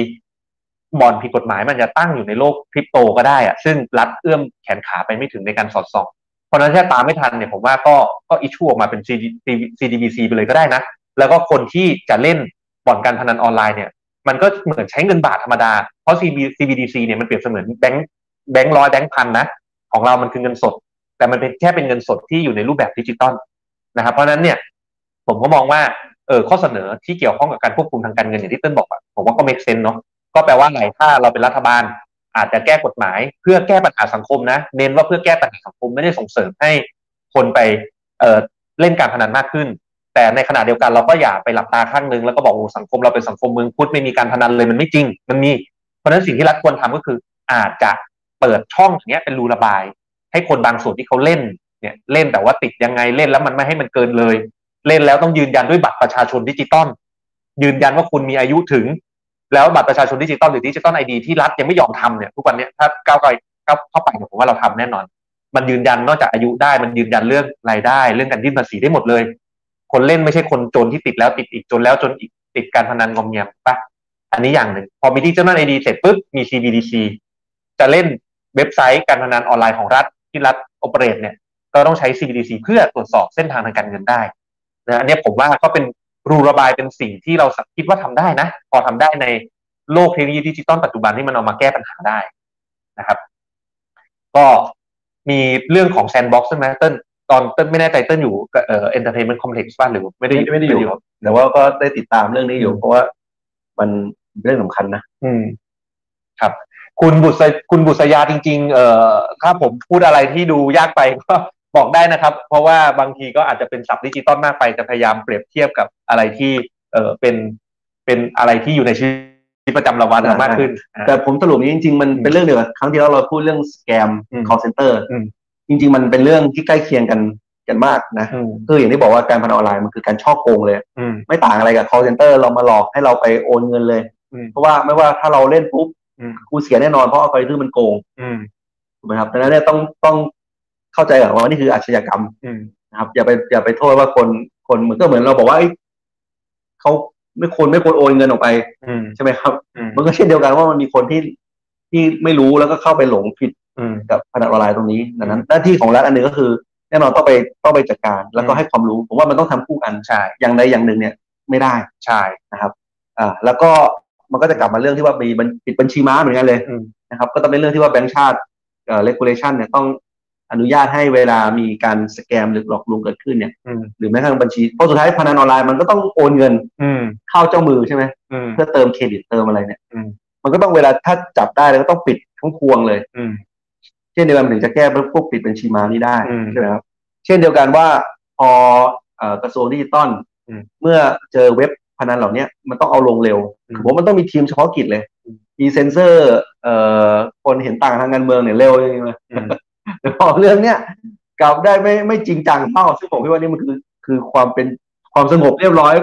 Speaker 1: บ่อนผิดกฎหมายมันจะตั้งอยู่ในโลกคริปโตก็ได้อะซึ่งรัฐเอื้อมแขนขาไปไม่ถึงในการสอดส่อง เพราะฉะนั้นถ้าตามไม่ทันเนี่ยผมว่าก็ก็อิชูออกมาเป็น CDBC ไปเลยก็ได้นะ แล้วก็คนที่จะเล่นบ่อนการพนันออนไลน์เนี่ย มันก็เหมือนใช้เงินบาทธรรมดา เพราะ CB CBDC เนี่ยมันเปรียบเสมือนแบงค์ แบงค์ร้อยแบงค์พันนะ ของเรามันคือเงินสด แต่มันเป็นแค่เป็นเงินสดที่อยู่ในรูปแบบดิจิตอลนะครับ เพราะฉะนั้นเนี่ย ผมก็มองว่าเออข้อเสนอที่เกี่ยวข้องกับการควบคุมทางการเงินอย่างที่เต้นบอกอะผมว่าก็ make sense เนาะก็แปลว่าอะไรถ้าเราเป็นรัฐบาล อาจจะแก้กฎหมาย เพื่อแก้ปัญหาสังคมนะ เน้นว่าเพื่อแก้ปัญหาสังคมไม่ได้ส่งเสริมให้คนไปเอ่อเล่นการพนันมากขึ้น แต่ในขณะเดียวกันเราก็อย่าไปหลับตาข้างนึงแล้วก็บอกโอ้สังคมเราเป็นสังคมเมืองพุทธไม่มีการพนันเลยมันไม่จริง มันมีเพราะฉะนั้นสิ่งที่รัฐควรทำก็คือ อาจจะเปิดช่องอย่างเงี้ยเป็นรูระบาย ให้คนบางส่วนที่เขาเล่นเนี่ยเล่นแต่ว่าติดยังไงเล่นแล้วมันไม่ให้มันเกินเลย เล่นแล้วต้องยืนยันด้วยบัตรประชาชนดิจิตอลยืนยันว่าคุณมีอายุถึง แล้วบัตรประชาชนดิจิตอลหรือดิจิตอลไอดีที่รัฐยังไม่ยอมทำเนี่ยทุกวันเนี้ยถ้าก้าวไกลก้าวเข้าไปเนี่ยผมว่าเราทำแน่นอน มันยืนยันนอกจากอายุได้ มันยืนยันเรื่องรายได้ เรื่องการยื่นภาษีได้หมดเลย คนเล่นไม่ใช่คนจนที่ติดแล้วติดอีกจนแล้วจนอีกติดการพนันงอมแงมปะอันนี้อย่างหนึ่งพอมีดิจิทัลไอดีเสร็จปุ๊บมี CBDC จะเล่นเว็บไซต์การพนันออนไลน์ของรัฐที่รัฐโอเปเรตเนี่ยก็ต้องใช้ CBDC เพื่อตรวจสอบเส้นทางทางการเงินได้นะอันเนี้ยผมว่าก็เป็นรูระบายเป็นสิ่งที่เราคิดว่าทำได้นะ พอทำได้ในโลกเทคโนโลยีดิจิตอลปัจจุบันที่มันเอามาแก้ปัญหาได้นะครับ ก็มีเรื่องของแซนด์บ็อกซ์ใช่ไหมเติ้ลตอนเติ้ลไม่แน่ใจเติ้ลอยู่กับเอ่อเอนเตอร์เทนเมนต์คอมเพล็กซ์ป่ะหรือไม่ได้
Speaker 2: ไม่ได้ไม่ได้อยู่ครับแต่ว่าก็ได้ติดตามเรื่องนี้อยู่ เพราะว่ามันเรื่องสำคัญนะ
Speaker 1: อืม ครับ คุณบุษยคุณบุษยาจริง ๆ เอ่อถ้าผมพูดอะไรที่ดูยากไป [LAUGHS] ก็บอกได้นะครับ เพราะว่าบางทีก็อาจจะเป็นศัพท์ดิจิตอลมากไปจะพยายามเปรียบเทียบกับอะไรที่ เอ่อเป็นเป็นอะไรที่อยู่ในชีวิตประจำวัน
Speaker 2: อ่าม
Speaker 1: มากขึ้นอ่า
Speaker 2: แต่ผมสรุปอย่างนี้จริงๆ มันเป็นเรื่องเดียวกับครั้งที่แล้วเราพูดเรื่องสแกม
Speaker 1: อืม
Speaker 2: call center
Speaker 1: อืม
Speaker 2: จริง ๆ มันเป็นเรื่องที่ใกล้เคียงกันกันมากนะ
Speaker 1: อืม
Speaker 2: คืออย่างที่บอกว่าการพนันออนไลน์มันคือการช่อโกงเลย
Speaker 1: อืม
Speaker 2: ไม่ต่างอะไรกับ call center เรามาหลอกให้เราไปโอนเงินเลย
Speaker 1: อืม
Speaker 2: เพราะว่าไม่ว่าถ้าเราเล่นปุ๊บ
Speaker 1: อืม
Speaker 2: กูเสียแน่นอนเพราะอัลกอริทึมมันโกง
Speaker 1: อืม
Speaker 2: ถูกไหมครับดังนั้นเนี่ยต้องต้องเข้าใจก่อนว่านี่คืออาชญากรรม
Speaker 1: อืม
Speaker 2: นะครับอย่าไปอย่าไปโทษว่าคนคนมันก็เหมือนเราบอกว่าเอ้ยเขาไม่ควรไม่ควรโอนเงินออกไป
Speaker 1: อืม
Speaker 2: ใช่ไหมครับ
Speaker 1: อืม
Speaker 2: มันก็เช่นเดียวกันว่ามันมีคนที่ที่ไม่รู้แล้วก็เข้าไปหลงผิด
Speaker 1: อืม
Speaker 2: กับพนันออนไลน์ตรงนี้ดังนั้น หน้าที่ของรัฐอันหนึ่งก็คือแน่นอนต้องไปต้องไปจัดการแล้วก็
Speaker 1: อืม
Speaker 2: ให้ความรู้ผมว่ามันต้องทำคู่กัน
Speaker 1: ใช่
Speaker 2: อย่างใดอย่างหนึ่งเนี่ยไม่ได้
Speaker 1: ใช่
Speaker 2: อ่าแล้วก็มันก็จะกลับมาเรื่องที่ว่ามีบัญปิดบัญชีม้าเหมือนกันเลย
Speaker 1: อืม
Speaker 2: นะครับก็ต้องเป็นเรื่องที่ว่าแบงก์ชาติเอ่อ regulation เนี่ยต้องอนุญาตให้เวลามีการสแกมหรือหลอกลวงเกิดขึ้นเนี่ย
Speaker 1: อืม
Speaker 2: หรือแม้กระทั่งบัญชีเพราะสุดท้ายพนันออนไลน์มันก็ต้องโอนเงิน
Speaker 1: อืม
Speaker 2: เข้าเจ้ามือใช่ไหม
Speaker 1: อืม
Speaker 2: เพื่อเติมเครดิตเติมอะไรเนี่ย
Speaker 1: อืม
Speaker 2: มันก็ต้องเวลาถ้าจับได้แล้วก็ต้องปิดทั้งพวงเลย
Speaker 1: อืม
Speaker 2: เช่นเดียวกันถึงจะแก้พวกปิดบัญชีม้านี้ได้
Speaker 1: อืม
Speaker 2: ใช่ไหมครับเช่นเดียวกันว่าพอเอ่อกระทรวงดิจิตอล
Speaker 1: อืม
Speaker 2: เมื่อเจอเว็บพนันเหล่าเนี้ยมันต้องเอาลงเร็ว
Speaker 1: อืม
Speaker 2: ผมว่ามันต้องมีทีมเฉพาะกิจเลย
Speaker 1: อืม
Speaker 2: มีเซ็นเซอร์เอ่อคนเห็นต่างทางการเมืองเนี่ยเร็วจริงๆเลย
Speaker 1: อืม
Speaker 2: แต่พอเรื่องเนี้ยกลับได้ไม่ไม่จริงจังเท่าซึ่งผมคิดว่านี่มันคือคือความเป็นความสงบเรียบร้อย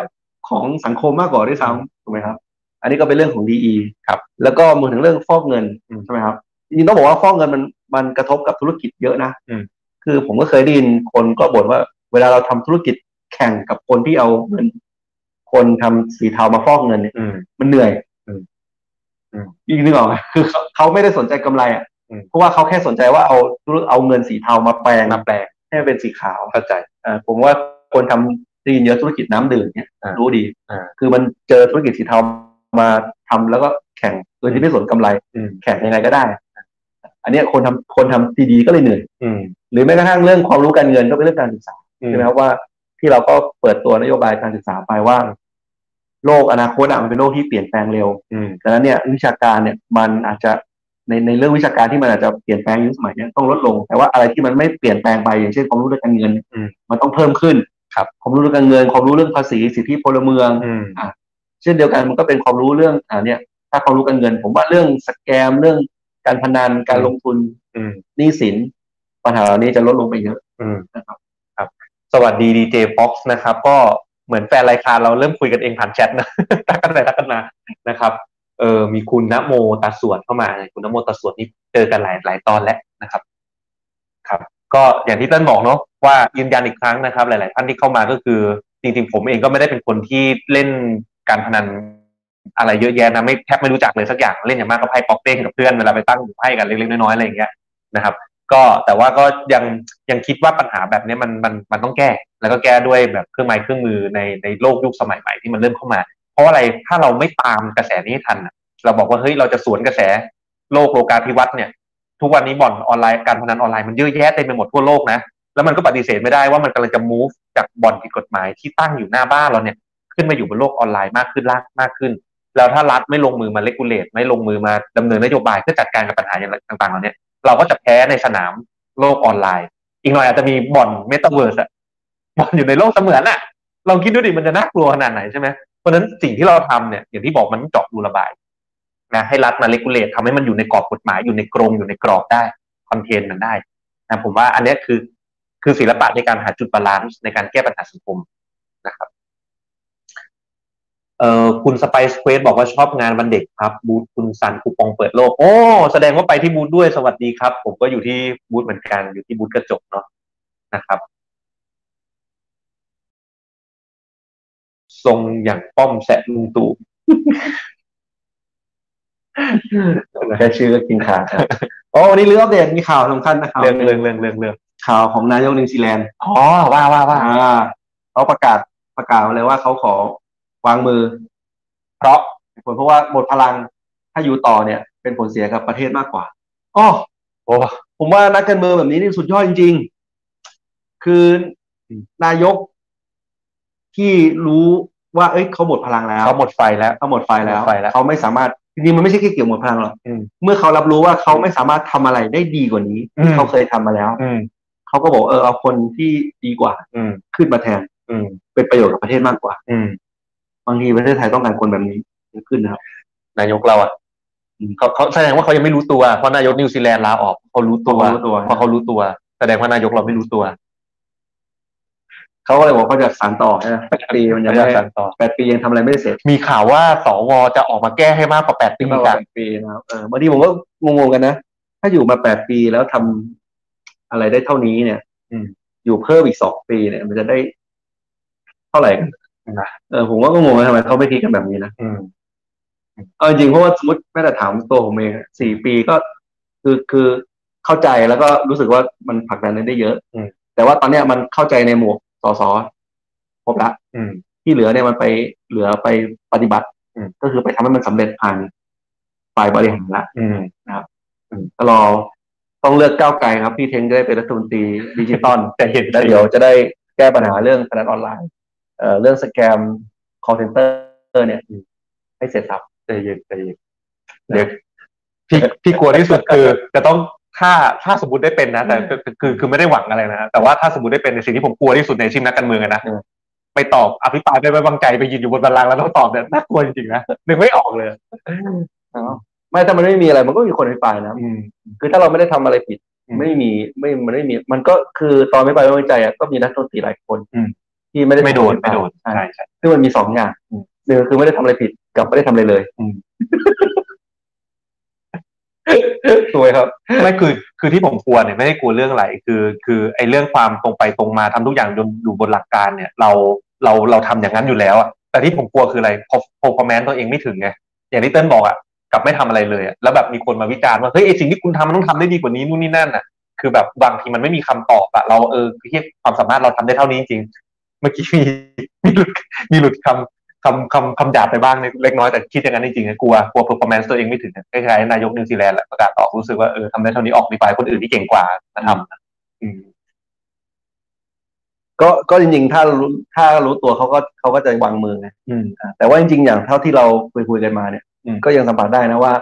Speaker 2: ของสังคมมากกว่าด้วยซ้ำถูกไหมครับ อันนี้ก็เป็นเรื่องของดี
Speaker 1: ครับ
Speaker 2: แล้วก็มือถึงเรื่องฟอกเงิน
Speaker 1: อืม
Speaker 2: ใช่ไหมครับจริงๆต้องบอกว่าฟอกเงินมันมันกระทบกับธุรกิจเยอะนะ
Speaker 1: อืม
Speaker 2: คือผมก็เคยได้ยินคนก็บ่นว่า เวลาเราทำธุรกิจแข่งกับคนที่เอาเงิน คนทำสีเทามาฟอกเงินเนี่ย
Speaker 1: อืม
Speaker 2: มันเหนื่อย
Speaker 1: อืมอืม
Speaker 2: อีกนึกออกไหม [LAUGHS] คือเขาไม่ได้สนใจกำไรอ่ะ
Speaker 1: อืม
Speaker 2: เพราะว่าเขาแค่สนใจว่าเอาเอาเงินสีเทามาแปลง
Speaker 1: มาแปลง
Speaker 2: ให้มันเป็นสีขาว
Speaker 1: เข้าใจ
Speaker 2: เอ่อผมว่าคนทำไดีนเยอะธุรกิจน้ำดื่มเนี่ย
Speaker 1: อ่า
Speaker 2: รู้ดี
Speaker 1: อ่า
Speaker 2: คือมันเจอธุรกิจสีเทามาทำแล้วก็แข่งโดยที่ไม่สนกำไร
Speaker 1: อืม
Speaker 2: แข่งยังไงก็ได้ อันเนี้ยคนทำคนทำดีๆก็เลยเหนื่อย
Speaker 1: อืม
Speaker 2: หรือแม้กระทั่งเรื่องความรู้การเงินก็เป็นเรื่องการศึกษา
Speaker 1: อืม
Speaker 2: ใช่ไหมครับว่าที่เราก็เปิดตัวนโยบายการศึกษาไปว่า โลกอนาคตอะมันเป็นโลกที่เปลี่ยนแปลงเร็ว
Speaker 1: อืม
Speaker 2: ดังนั้นเนี่ยวิชาการเนี่ยมันอาจจะในในเรื่องวิชาการที่มันอาจจะเปลี่ยนแปลงยุคสมัยเนี้ต้องลดลง แต่ว่าอะไรที่มันไม่เปลี่ยนแปลงไปอย่างเช่นความรู้เรื่องการเงิน
Speaker 1: อืม
Speaker 2: มันต้องเพิ่มขึ้น
Speaker 1: ครับ
Speaker 2: ความรู้เรื่องการเงิน ความรู้เรื่องภาษีสิทธิพลเมือง
Speaker 1: อืม
Speaker 2: เช่นเดียวกันมันก็เป็นความรู้เรื่องอ่าเนี่ย ถ้าความรู้การเงิน ผมว่าเรื่องสแกมเรื่องการพนันการลงทุน
Speaker 1: อืม
Speaker 2: หนี้สินปัญหาเหล่านี้จะลดลงไปเยอะ
Speaker 1: อืม
Speaker 2: นะครับ
Speaker 1: ครับ สวัสดีดีเจบ็อกซ์นะครับ ก็เหมือนแฟนรายการเราเริ่มคุยกันเองผ่านแชทนะ [LAUGHS] ทักกันไปทักกันมานะครับ เออมีคุณนโมตาสวดเข้ามาคุณนโมตาสวดนี่เจอกันหลายหลายตอนแล้วนะครับ ครับ ก็อย่างที่เต้นบอกเนาะว่ายืนยันอีกครั้งนะครับ หลาย ๆ ท่านที่เข้ามาก็คือ จริง ๆ ผมเองก็ไม่ได้เป็นคนที่เล่นการพนันอะไรเยอะแยะนะไม่แทบไม่รู้จักเลยสักอย่างเล่นอย่างมากก็ไพ่ป๊อกเต้นกับเพื่อนเวลาไปตั้งไพ่กันเล็กๆน้อยๆอะไรอย่างเงี้ยนะครับ ก็แต่ว่าก็ยังยังคิดว่าปัญหาแบบเนี้ยมันมันมันต้องแก้ แล้วก็แก้ด้วยแบบเครื่องไม้เครื่องมือในในโลกยุคสมัยใหม่ที่มันเริ่มเข้ามา เพราะอะไรถ้าเราไม่ตามกระแสนี้ให้ทันน่ะเราบอกว่าเฮ้ยเราจะสวนกระแสโลกโลกาภิวัตน์เนี่ย ทุกวันนี้บ่อนออนไลน์การพนันออนไลน์มันเยอะแยะเต็มไปหมดทั่วโลกนะ แล้วมันก็ปฏิเสธไม่ได้ว่ามันกำลังจะ move จากบ่อนผิดกฎหมายที่ตั้งอยู่หน้าบ้านเราเนี่ยขึ้นมาอยู่บนโลกออนไลน์มากขึ้นลากมากขึ้น แล้วถ้ารัฐไม่ลงมือมาเลกูเลตไม่ลงมือมาดำเนินนโยบายเพื่อจัดการกับปัญหาอย่างต่างๆเหล่านี้เราก็จะแพ้ในสนามโลกออนไลน์ อีกหน่อยอาจจะมีบ่อนเมตาเวิร์สอะบ่อนอยู่ในโลกเสมือนอะลองคิดดูดิมันจะน่ากลัวขนาดไหนใช่ไหมเพราะฉะนั้นสิ่งที่เราทำเนี่ยอย่างที่บอกมันเจาะรูระบายนะให้รัฐมาเลกูเลตทำให้มันอยู่ในกรอบกฎหมายอยู่ในกรงอยู่ในกรอบได้คอนเทนต์มันได้นะผมว่าอันเนี้ยคือคือศิลปะในการหาจุดบาลานซ์ในการแก้ปัญหาสังคมนะครับ เอ่อคุณสไปซ์เควสบอกว่าชอบงานวันเด็กครับ บูธคุณซันคูปองเปิดโลก โอ้ แสดงว่าไปที่บูธด้วยสวัสดีครับ ผมก็อยู่ที่บูธเหมือนกันอยู่ที่บูธกระจกเนาะนะครับ ทรงอย่างป้อมแสะลุงตู่
Speaker 2: แค่ชื่อก็กินขาดครับ [LAUGHS] โอ้วันนี้เรื่องอัปเดตมีข่าวสำคัญนะครับ
Speaker 1: เรื่องเรื่องเรื่องเรื่องเรื่อง
Speaker 2: ข่าวของนายกนิวซีแลนด์
Speaker 1: อ๋อว่าว่าว่า
Speaker 2: อ่าเขาประกาศประกาศมาเลยว่าเขาขอวางมือ เพราะเหตุผลเพราะว่าหมดพลังถ้าอยู่ต่อเนี่ย เป็นผลเสียกับประเทศมากกว่าอ๋อ
Speaker 1: โอ้
Speaker 2: ผมว่านักการเมืองแบบนี้นี่สุดยอดจริง ๆ คือนายกที่รู้ว่า เอ้ยเขาหมดพลังแล้ว
Speaker 1: เขาหมดไฟแล้ว
Speaker 2: เขาหมดไฟแล้ว
Speaker 1: หมดไฟแล้ว
Speaker 2: เขาไม่สามารถจริงๆมันไม่ใช่แค่เกี่ยวหมดพลังหรอก
Speaker 1: อืม
Speaker 2: เมื่อเขารับรู้ว่าเขาไม่สามารถทำอะไรได้ดีกว่านี้
Speaker 1: อืม
Speaker 2: ที่เขาเคยทำมาแล้ว
Speaker 1: อืม
Speaker 2: เขาก็บอกเออเอาคนที่ดีกว่า
Speaker 1: อืม
Speaker 2: ขึ้นมาแทน
Speaker 1: อืม
Speaker 2: เป็นประโยชน์กับประเทศมากกว่า
Speaker 1: อืม
Speaker 2: บางทีประเทศไทยต้องการคนแบบนี้ขึ้นนะครับ
Speaker 1: นายกเราอ่ะ
Speaker 2: อืม
Speaker 1: เขาเขาแสดงว่าเขายังไม่รู้ตัวเพราะนายกนิวซีแลนด์ลาออกเขารู้ตัว
Speaker 2: เขารู้ตัว
Speaker 1: เพราะเขารู้ตัว แสดงว่านายกเราไม่รู้ตัว
Speaker 2: เขาก็เลยบอกเขาจะสานต่อนะแปดปีมันยังไม่
Speaker 1: สานต่อ
Speaker 2: แปดปียังทำอะไรไม่เสร็จ
Speaker 1: มีข่าวว่าสวจะออกมาแก้ให้มากกว่าแปดปี
Speaker 2: ปีแป
Speaker 1: อ่ะ
Speaker 2: ดปีนะครับเออบางทีผมก็งงๆกันนะ ถ้าอยู่มาแปดปีแล้วทำอะไรได้เท่านี้เนี่ย
Speaker 1: อืม
Speaker 2: อยู่เพิ่มอีกสองปีเนี่ย มันจะได้ เท่าไหร่กัน
Speaker 1: นะ
Speaker 2: เออผมว่าก็งงว่าทำไมเขาไม่คิดกันแบบนี้นะ
Speaker 1: อืม
Speaker 2: เอาจริงๆเพราะว่าสมมติแม้แต่ถามตัวผมเองอะสี่ปีก็คือคือเข้าใจแล้วก็รู้สึกว่ามันผลักดันได้เยอะ
Speaker 1: อืม
Speaker 2: แต่ว่าตอนเนี้ยมันเข้าใจในหมวกสอสอครบละ
Speaker 1: อืม
Speaker 2: ที่เหลือเนี่ยมันไปเหลือไปปฏิบัติ
Speaker 1: อืม
Speaker 2: ก็คือไปทำให้มันสำเร็จผ่านฝ่ายบริหารละ
Speaker 1: อืม
Speaker 2: ก็รอต้องเลือกก้าวไกลครับพี่เทงจะได้เป็นรัฐมนตรีดิจิตอล
Speaker 1: แต่เห็น
Speaker 2: แล้วเดี๋ยวจะได้แก้ปัญหาเรื่องพนันออนไลน์เอ่อเรื่องสแกมคอลเซ็นเตอร์เนี่ยให้เสร็จครับ
Speaker 1: ใจเย็นใจเย็นเดี๋ยวพี่พี่กลัวที่สุดคือ จะต้องถ้าถ้าสมมติได้เป็นนะแต่คือคือคือไม่ได้หวังอะไรนะฮะแต่ว่าถ้าสมมติได้เป็นในสิ่งที่ผมกลัวที่สุดในอาชีพนักการเมืองอะนะ
Speaker 2: เออ
Speaker 1: ไปตอบอภิปรายไม่ไว้วางใจไปยืนอยู่บนบัลลังก์แล้วต้องตอบเนี่ยน่ากลัวจริงๆนะนึกไม่ออกเลย
Speaker 2: ไม่ถ้ามันไม่มีอะไรมันก็มีคนไปฝ่ายนะ
Speaker 1: อืม
Speaker 2: คือถ้าเราไม่ได้ทำอะไรผิด
Speaker 1: อืม
Speaker 2: ไม่มีไม่มันไม่มี มันก็คือตอนไม่ไปไม่ไว้ใจอ่ะก็มีรัฐมนตรีหลายคน
Speaker 1: อืม
Speaker 2: ที่ไม่ได้
Speaker 1: ไม่โดนไม่โดน
Speaker 2: ใช่
Speaker 1: ใช่ใช่
Speaker 2: ซึ่งมันมีสองอย่าง
Speaker 1: อืม
Speaker 2: หนึ่งคือไม่ได้ทำอะไรผิดกับไม่ได้ทำอะไรเลย
Speaker 1: อืม
Speaker 2: [LAUGHS] สวยครับ
Speaker 1: ไม่คือคือที่ผมกลัวเนี่ยไม่ได้กลัวเรื่องอะไรคือ คือไอ้เรื่องความตรงไปตรงมาทำทุกอย่างอยู่บนหลักการเนี่ย เราเราเราทำอย่างนั้นอยู่แล้วอะแต่ที่ผมกลัวคืออะไรพอพอแมนตัวเองไม่ถึงไงอย่างที่เติ้ลบอกอะกลับไม่ทำอะไรเลยอะแล้วแบบมีคนมาวิจารณ์ว่าเฮ้ยไอ้สิ่งที่คุณทำมันต้องทำได้ดีกว่านี้นู่นนี่นั่นอะคือแบบบางทีมันไม่มีคำตอบอะเราเออเทียความสามารถเราทำได้เท่านี้จริงๆเมื่อกี้มี [LAUGHS] มีหลุดมีหลุดคำคำคำคำหยาบไปบ้างเล็กน้อยแต่คิดอย่างนั้นจริงๆนะกลัวกลัว performance ตัวเองไม่ถึงนะคล้ายๆนายกนิวซีแลนด์แหละประกาศออกรู้สึกว่าเออทำได้เท่านี้ออกดีไปคนอื่นที่เก่งกว่ามาทำนะอืม
Speaker 2: ก็ก็จริงๆ ถ้ารู้ถ้ารู้ตัวเขาก็เขาก็จะวางมือไง
Speaker 1: อืม
Speaker 2: อ่าแต่ว่าจริงๆ อย่างเท่าที่เราคุยคุยกันมาเนี่ย
Speaker 1: อืม
Speaker 2: ก็ยังสัมผัสได้นะว่า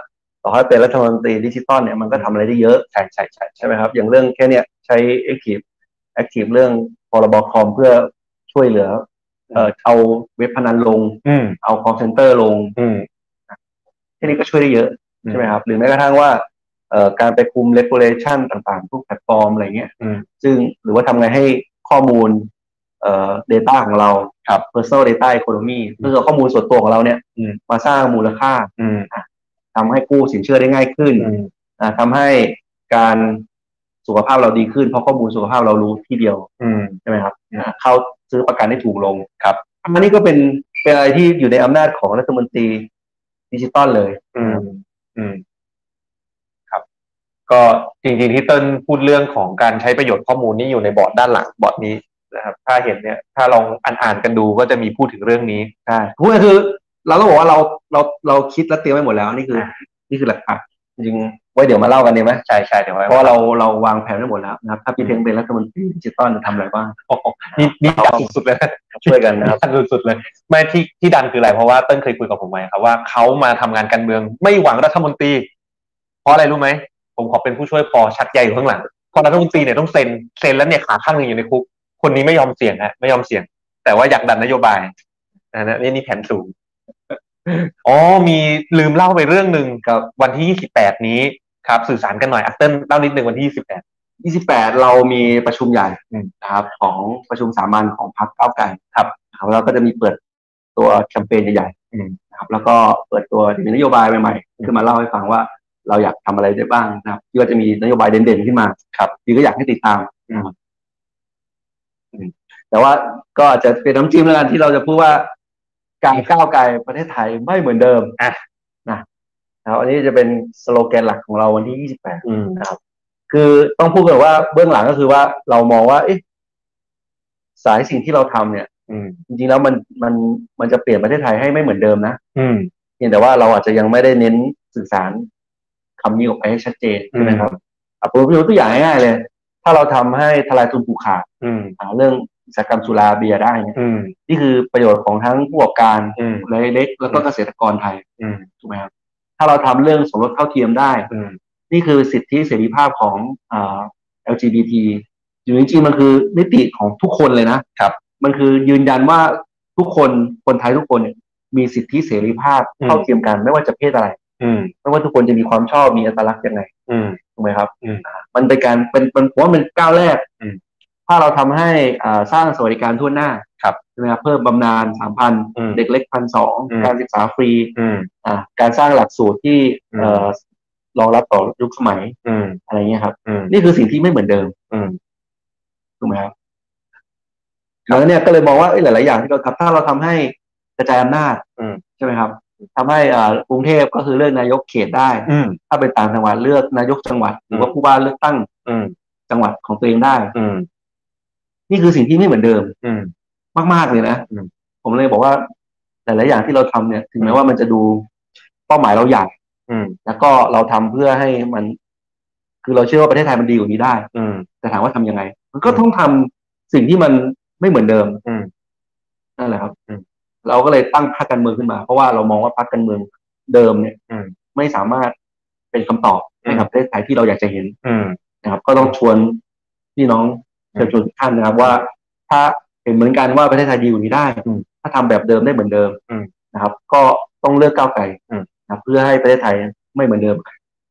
Speaker 2: ต่อให้เป็นรัฐมนตรีดิจิตอลเนี่ยมันก็ทำอะไรได้เยอะ
Speaker 1: ใช่ใช่ใช่
Speaker 2: ใช่ไหมครับ อย่างเรื่องแค่เนี่ยใช้แอคทีฟแอคทีฟเรื่องพรบคอมเพื่อช่วยเหลือเอ่อเอาเว็บพนันลง
Speaker 1: อืม
Speaker 2: เอาคอมเซ็นเตอร์ลง
Speaker 1: อืม
Speaker 2: แค่นี้ก็ช่วยได้เยอะใช่ไหมครับ หรือแม้กระทั่งว่าเอ่อการไปคุมเลกูเลชันต่างๆพวกแพลตฟอร์มอะไรเงี้ย
Speaker 1: อืม
Speaker 2: ซึ่งหรือว่าทำไงให้ข้อมูลเอ่อ data ของเรา
Speaker 1: ครับ
Speaker 2: personal data economy ก็คือข้อมูลส่วนตัวของเราเนี่ย
Speaker 1: อืม
Speaker 2: มาสร้างมูลค่า
Speaker 1: อืม
Speaker 2: ทำให้กู้สินเชื่อได้ง่ายขึ้น
Speaker 1: อืม
Speaker 2: อ่าทำให้การสุขภาพเราดีขึ้น เพราะข้อมูลสุขภาพเรารู้ที่เดียว
Speaker 1: อืม
Speaker 2: ใช่ไหมครับ
Speaker 1: อืม
Speaker 2: อ่าเข้าซื้อประกันได้ถูกลง
Speaker 1: ครับ
Speaker 2: อันนี้ก็เป็นเป็นอะไรที่อยู่ในอำนาจของรัฐมนตรีดิจิตอลเลย
Speaker 1: อืมอืมครับ ก็จริงๆที่เติ้ลพูดเรื่องของการใช้ประโยชน์ข้อมูลนี่อยู่ในบอร์ดด้านหลังบอร์ดนี้นะครับ ถ้าเห็นเนี่ย ถ้าลองอ่านๆกันดูก็จะมีพูดถึงเรื่องนี้
Speaker 2: ใช่พูดก็คือ เราต้องบอกว่าเราเราเราคิดและเตรียมไว้หมดแล้วนี่คือ นี่คือหลักฐาน จริงๆไว้เดี๋ยวมาเล่ากันดีไหม
Speaker 1: ใช่ใช่เดี๋ยวไว้ [LAUGHS]
Speaker 2: เพราะเราเราวางแผนไว้หมดแล้วนะครับ ถ้าพี่เทงเป็นรัฐมนตรีดิจิตอลจะทำอะไรบ้าง
Speaker 1: โอ้โหนี่นี่ดันสุดๆเลยนะ
Speaker 2: ช่วยกันนะครับ
Speaker 1: ดัน [LAUGHS] สุดๆเลย ไม่ที่ที่ดันคืออะไรเพราะว่าเติ้ลเคยคุยกับผมไว้ครับว่าเขามาทำงานการเมืองไม่หวังรัฐมนตรี เพราะอะไรรู้ไหมผมขอเป็นผู้ช่วยพอชักใยอยู่ข้างหลังเพอรัฐมนตรีเนี่ยต้องเซ็นเซ็นแล้วเนี่ยขาข้างหนึ่งอยู่ในคุก คนนี้ไม่ยอมเสี่ยงฮะไม่ยอมเสี่ยง แต่ว่าอยากดันนโยบายอันนั้นนี่นี่แผนสูง [LAUGHS] อ๋อมีลืมเล่าไปเรื่องหนึ่งครับวันที่ 28 นี้ครับ สื่อสารกันหน่อยอัตเติ้ลเล่านิดหนึ่งวันที่ 28
Speaker 2: 28 เรามีประชุมใหญ่นะครับของประชุมสามัญของพรรคก้าวไกลครับนะครับแล้วก็จะมีเปิดตัวแคมเปญใหญ่
Speaker 1: อืม
Speaker 2: ๆนะครับ แล้วก็เปิดตัวมีนโยบายใหม่ๆขึ้นมาเล่าให้ฟังว่าเราอยากทำอะไรได้บ้างนะครับที่ว่าจะมีนโยบายเด่นๆขึ้นมาครับพี่ก็อยากให้ติดตามนะครับอืมแต่ว่าก็อาจจะเป็นน้ำจิ้มแล้วกันที่เราจะพูดว่า การก้าวไกลประเทศไทยไม่เหมือนเดิม
Speaker 1: อ่ะ
Speaker 2: นะนะครับอันนี้จะเป็นสโลแกนหลักของเราวันที่ 28
Speaker 1: อืม
Speaker 2: คือต้องพูดกันว่าเบื้องหลังก็คือว่าเรามองว่า เอ๊ะสายสิ่งที่เราทำเนี่ย
Speaker 1: อืม
Speaker 2: จริงๆแล้วมันมันมันจะเปลี่ยนประเทศไทยให้ไม่เหมือนเดิมนะ
Speaker 1: อืม
Speaker 2: เพียงแต่ว่าเราอาจจะยังไม่ได้เน้นสื่อสารคำนี้ออกไปให้ชัดเจนใช่ไหมครับอ่ะผมยกตัวอย่างง่ายๆเลย ถ้าเราทำให้ทลายทุนผูกขาด
Speaker 1: อืม
Speaker 2: อ่าเรื่องอุตสาหกรรมสุราเบียร์ได้เนี่ย
Speaker 1: อืม
Speaker 2: นี่คือประโยชน์ของทั้งผู้ประกอบการ
Speaker 1: อืม
Speaker 2: รายเล็กแล้วก็เกษตรกรไทย
Speaker 1: อืม
Speaker 2: ถูกไหมครับถ้าเราทำเรื่องสมรสเท่าเทียมได้
Speaker 1: อืม
Speaker 2: นี่คือสิทธิเสรีภาพของอ่า LGBT อยู่จริงๆมันคือมิติของทุกคนเลยนะครับมันคือยืนยันว่าทุกคนคนไทยทุกคนเนี่ยมีสิทธิเสรีภาพ
Speaker 1: อืม
Speaker 2: เท่าเทียมกันไม่ว่าจะเพศอะไร
Speaker 1: อืม
Speaker 2: ไม่ว่าทุกคนจะมีความชอบมีอัตลักษณ์ยังไง
Speaker 1: อืม
Speaker 2: ถูกไหมครับ
Speaker 1: อืม
Speaker 2: มันเป็นการเป็นเป็นผมว่าเป็นก้าวแรก
Speaker 1: อืม
Speaker 2: ถ้าเราทำให้อ่าสร้างสวัสดิการทั่วหน้า
Speaker 1: ครับ
Speaker 2: ใช่ไหมครับเพิ่มบำนาญสามพัน
Speaker 1: อืม
Speaker 2: เด็กเล็กพันสอง
Speaker 1: อืม
Speaker 2: การศึกษาฟรี
Speaker 1: อืม
Speaker 2: อ่าการสร้างหลักสูตรที่
Speaker 1: อืม
Speaker 2: เอ่อรองรับต่อยุคสมัย
Speaker 1: อืม
Speaker 2: อะไรเงี้ยครับ
Speaker 1: อืม
Speaker 2: นี่คือสิ่งที่ไม่เหมือนเดิม
Speaker 1: อืม
Speaker 2: ถูกไหมครับแล้วเนี่ยก็เลยมองว่าเอ้ยหลาย ๆ อย่างที่เราทำถ้าเราทำให้กระจายอำนาจ
Speaker 1: อืม
Speaker 2: ใช่ไหมครับทำให้อ่ากรุงเทพก็คือเลือกนายกเขตได้
Speaker 1: อืม
Speaker 2: ถ้าเป็นต่างจังหวัดเลือกนายกจังหวัดหรือว่าผู้ว่าเลือกตั้ง
Speaker 1: อืม
Speaker 2: จังหวัดของตัวเองได้
Speaker 1: อืม
Speaker 2: นี่คือสิ่งที่ไม่เหมือนเดิม
Speaker 1: อืม
Speaker 2: มาก ๆ เลยนะ
Speaker 1: อืม
Speaker 2: ผมเลยบอกว่า หลาย ๆ อย่างที่เราทำเนี่ย ถึงแม้ว่ามันจะดูเป้าหมายเราใหญ่
Speaker 1: อืม
Speaker 2: แล้วก็เราทำเพื่อให้มัน คือเราเชื่อว่าประเทศไทยมันดีกว่านี้ได้
Speaker 1: อืม
Speaker 2: แต่ถามว่าทำยังไง มันก็ต้องทำสิ่งที่มันไม่เหมือนเดิม
Speaker 1: อืม
Speaker 2: นั่นแหละครับ
Speaker 1: อืม
Speaker 2: เราก็เลยตั้งพรรคการเมืองขึ้นมา เพราะว่าเรามองว่าพรรคการเมืองเดิมเนี่ย
Speaker 1: อืม
Speaker 2: ไม่สามารถเป็นคำตอบ
Speaker 1: อืม
Speaker 2: ให้กับประเทศไทยที่เราอยากจะเห็น
Speaker 1: อืม
Speaker 2: นะครับ ก็ต้องชวนพี่น้อง
Speaker 1: อืม
Speaker 2: เชิญชวนทุกท่านนะครับ ว่า ถ้าเห็นเหมือนกันว่าประเทศไทยดีกว่านี้ได้
Speaker 1: อืม
Speaker 2: ถ้าทำแบบเดิมได้เหมือนเดิม
Speaker 1: อืม
Speaker 2: นะครับ ก็ต้องเลือกก้าวไกล
Speaker 1: อืม
Speaker 2: นะครับเพื่อให้ประเทศไทยไม่เหมือนเดิม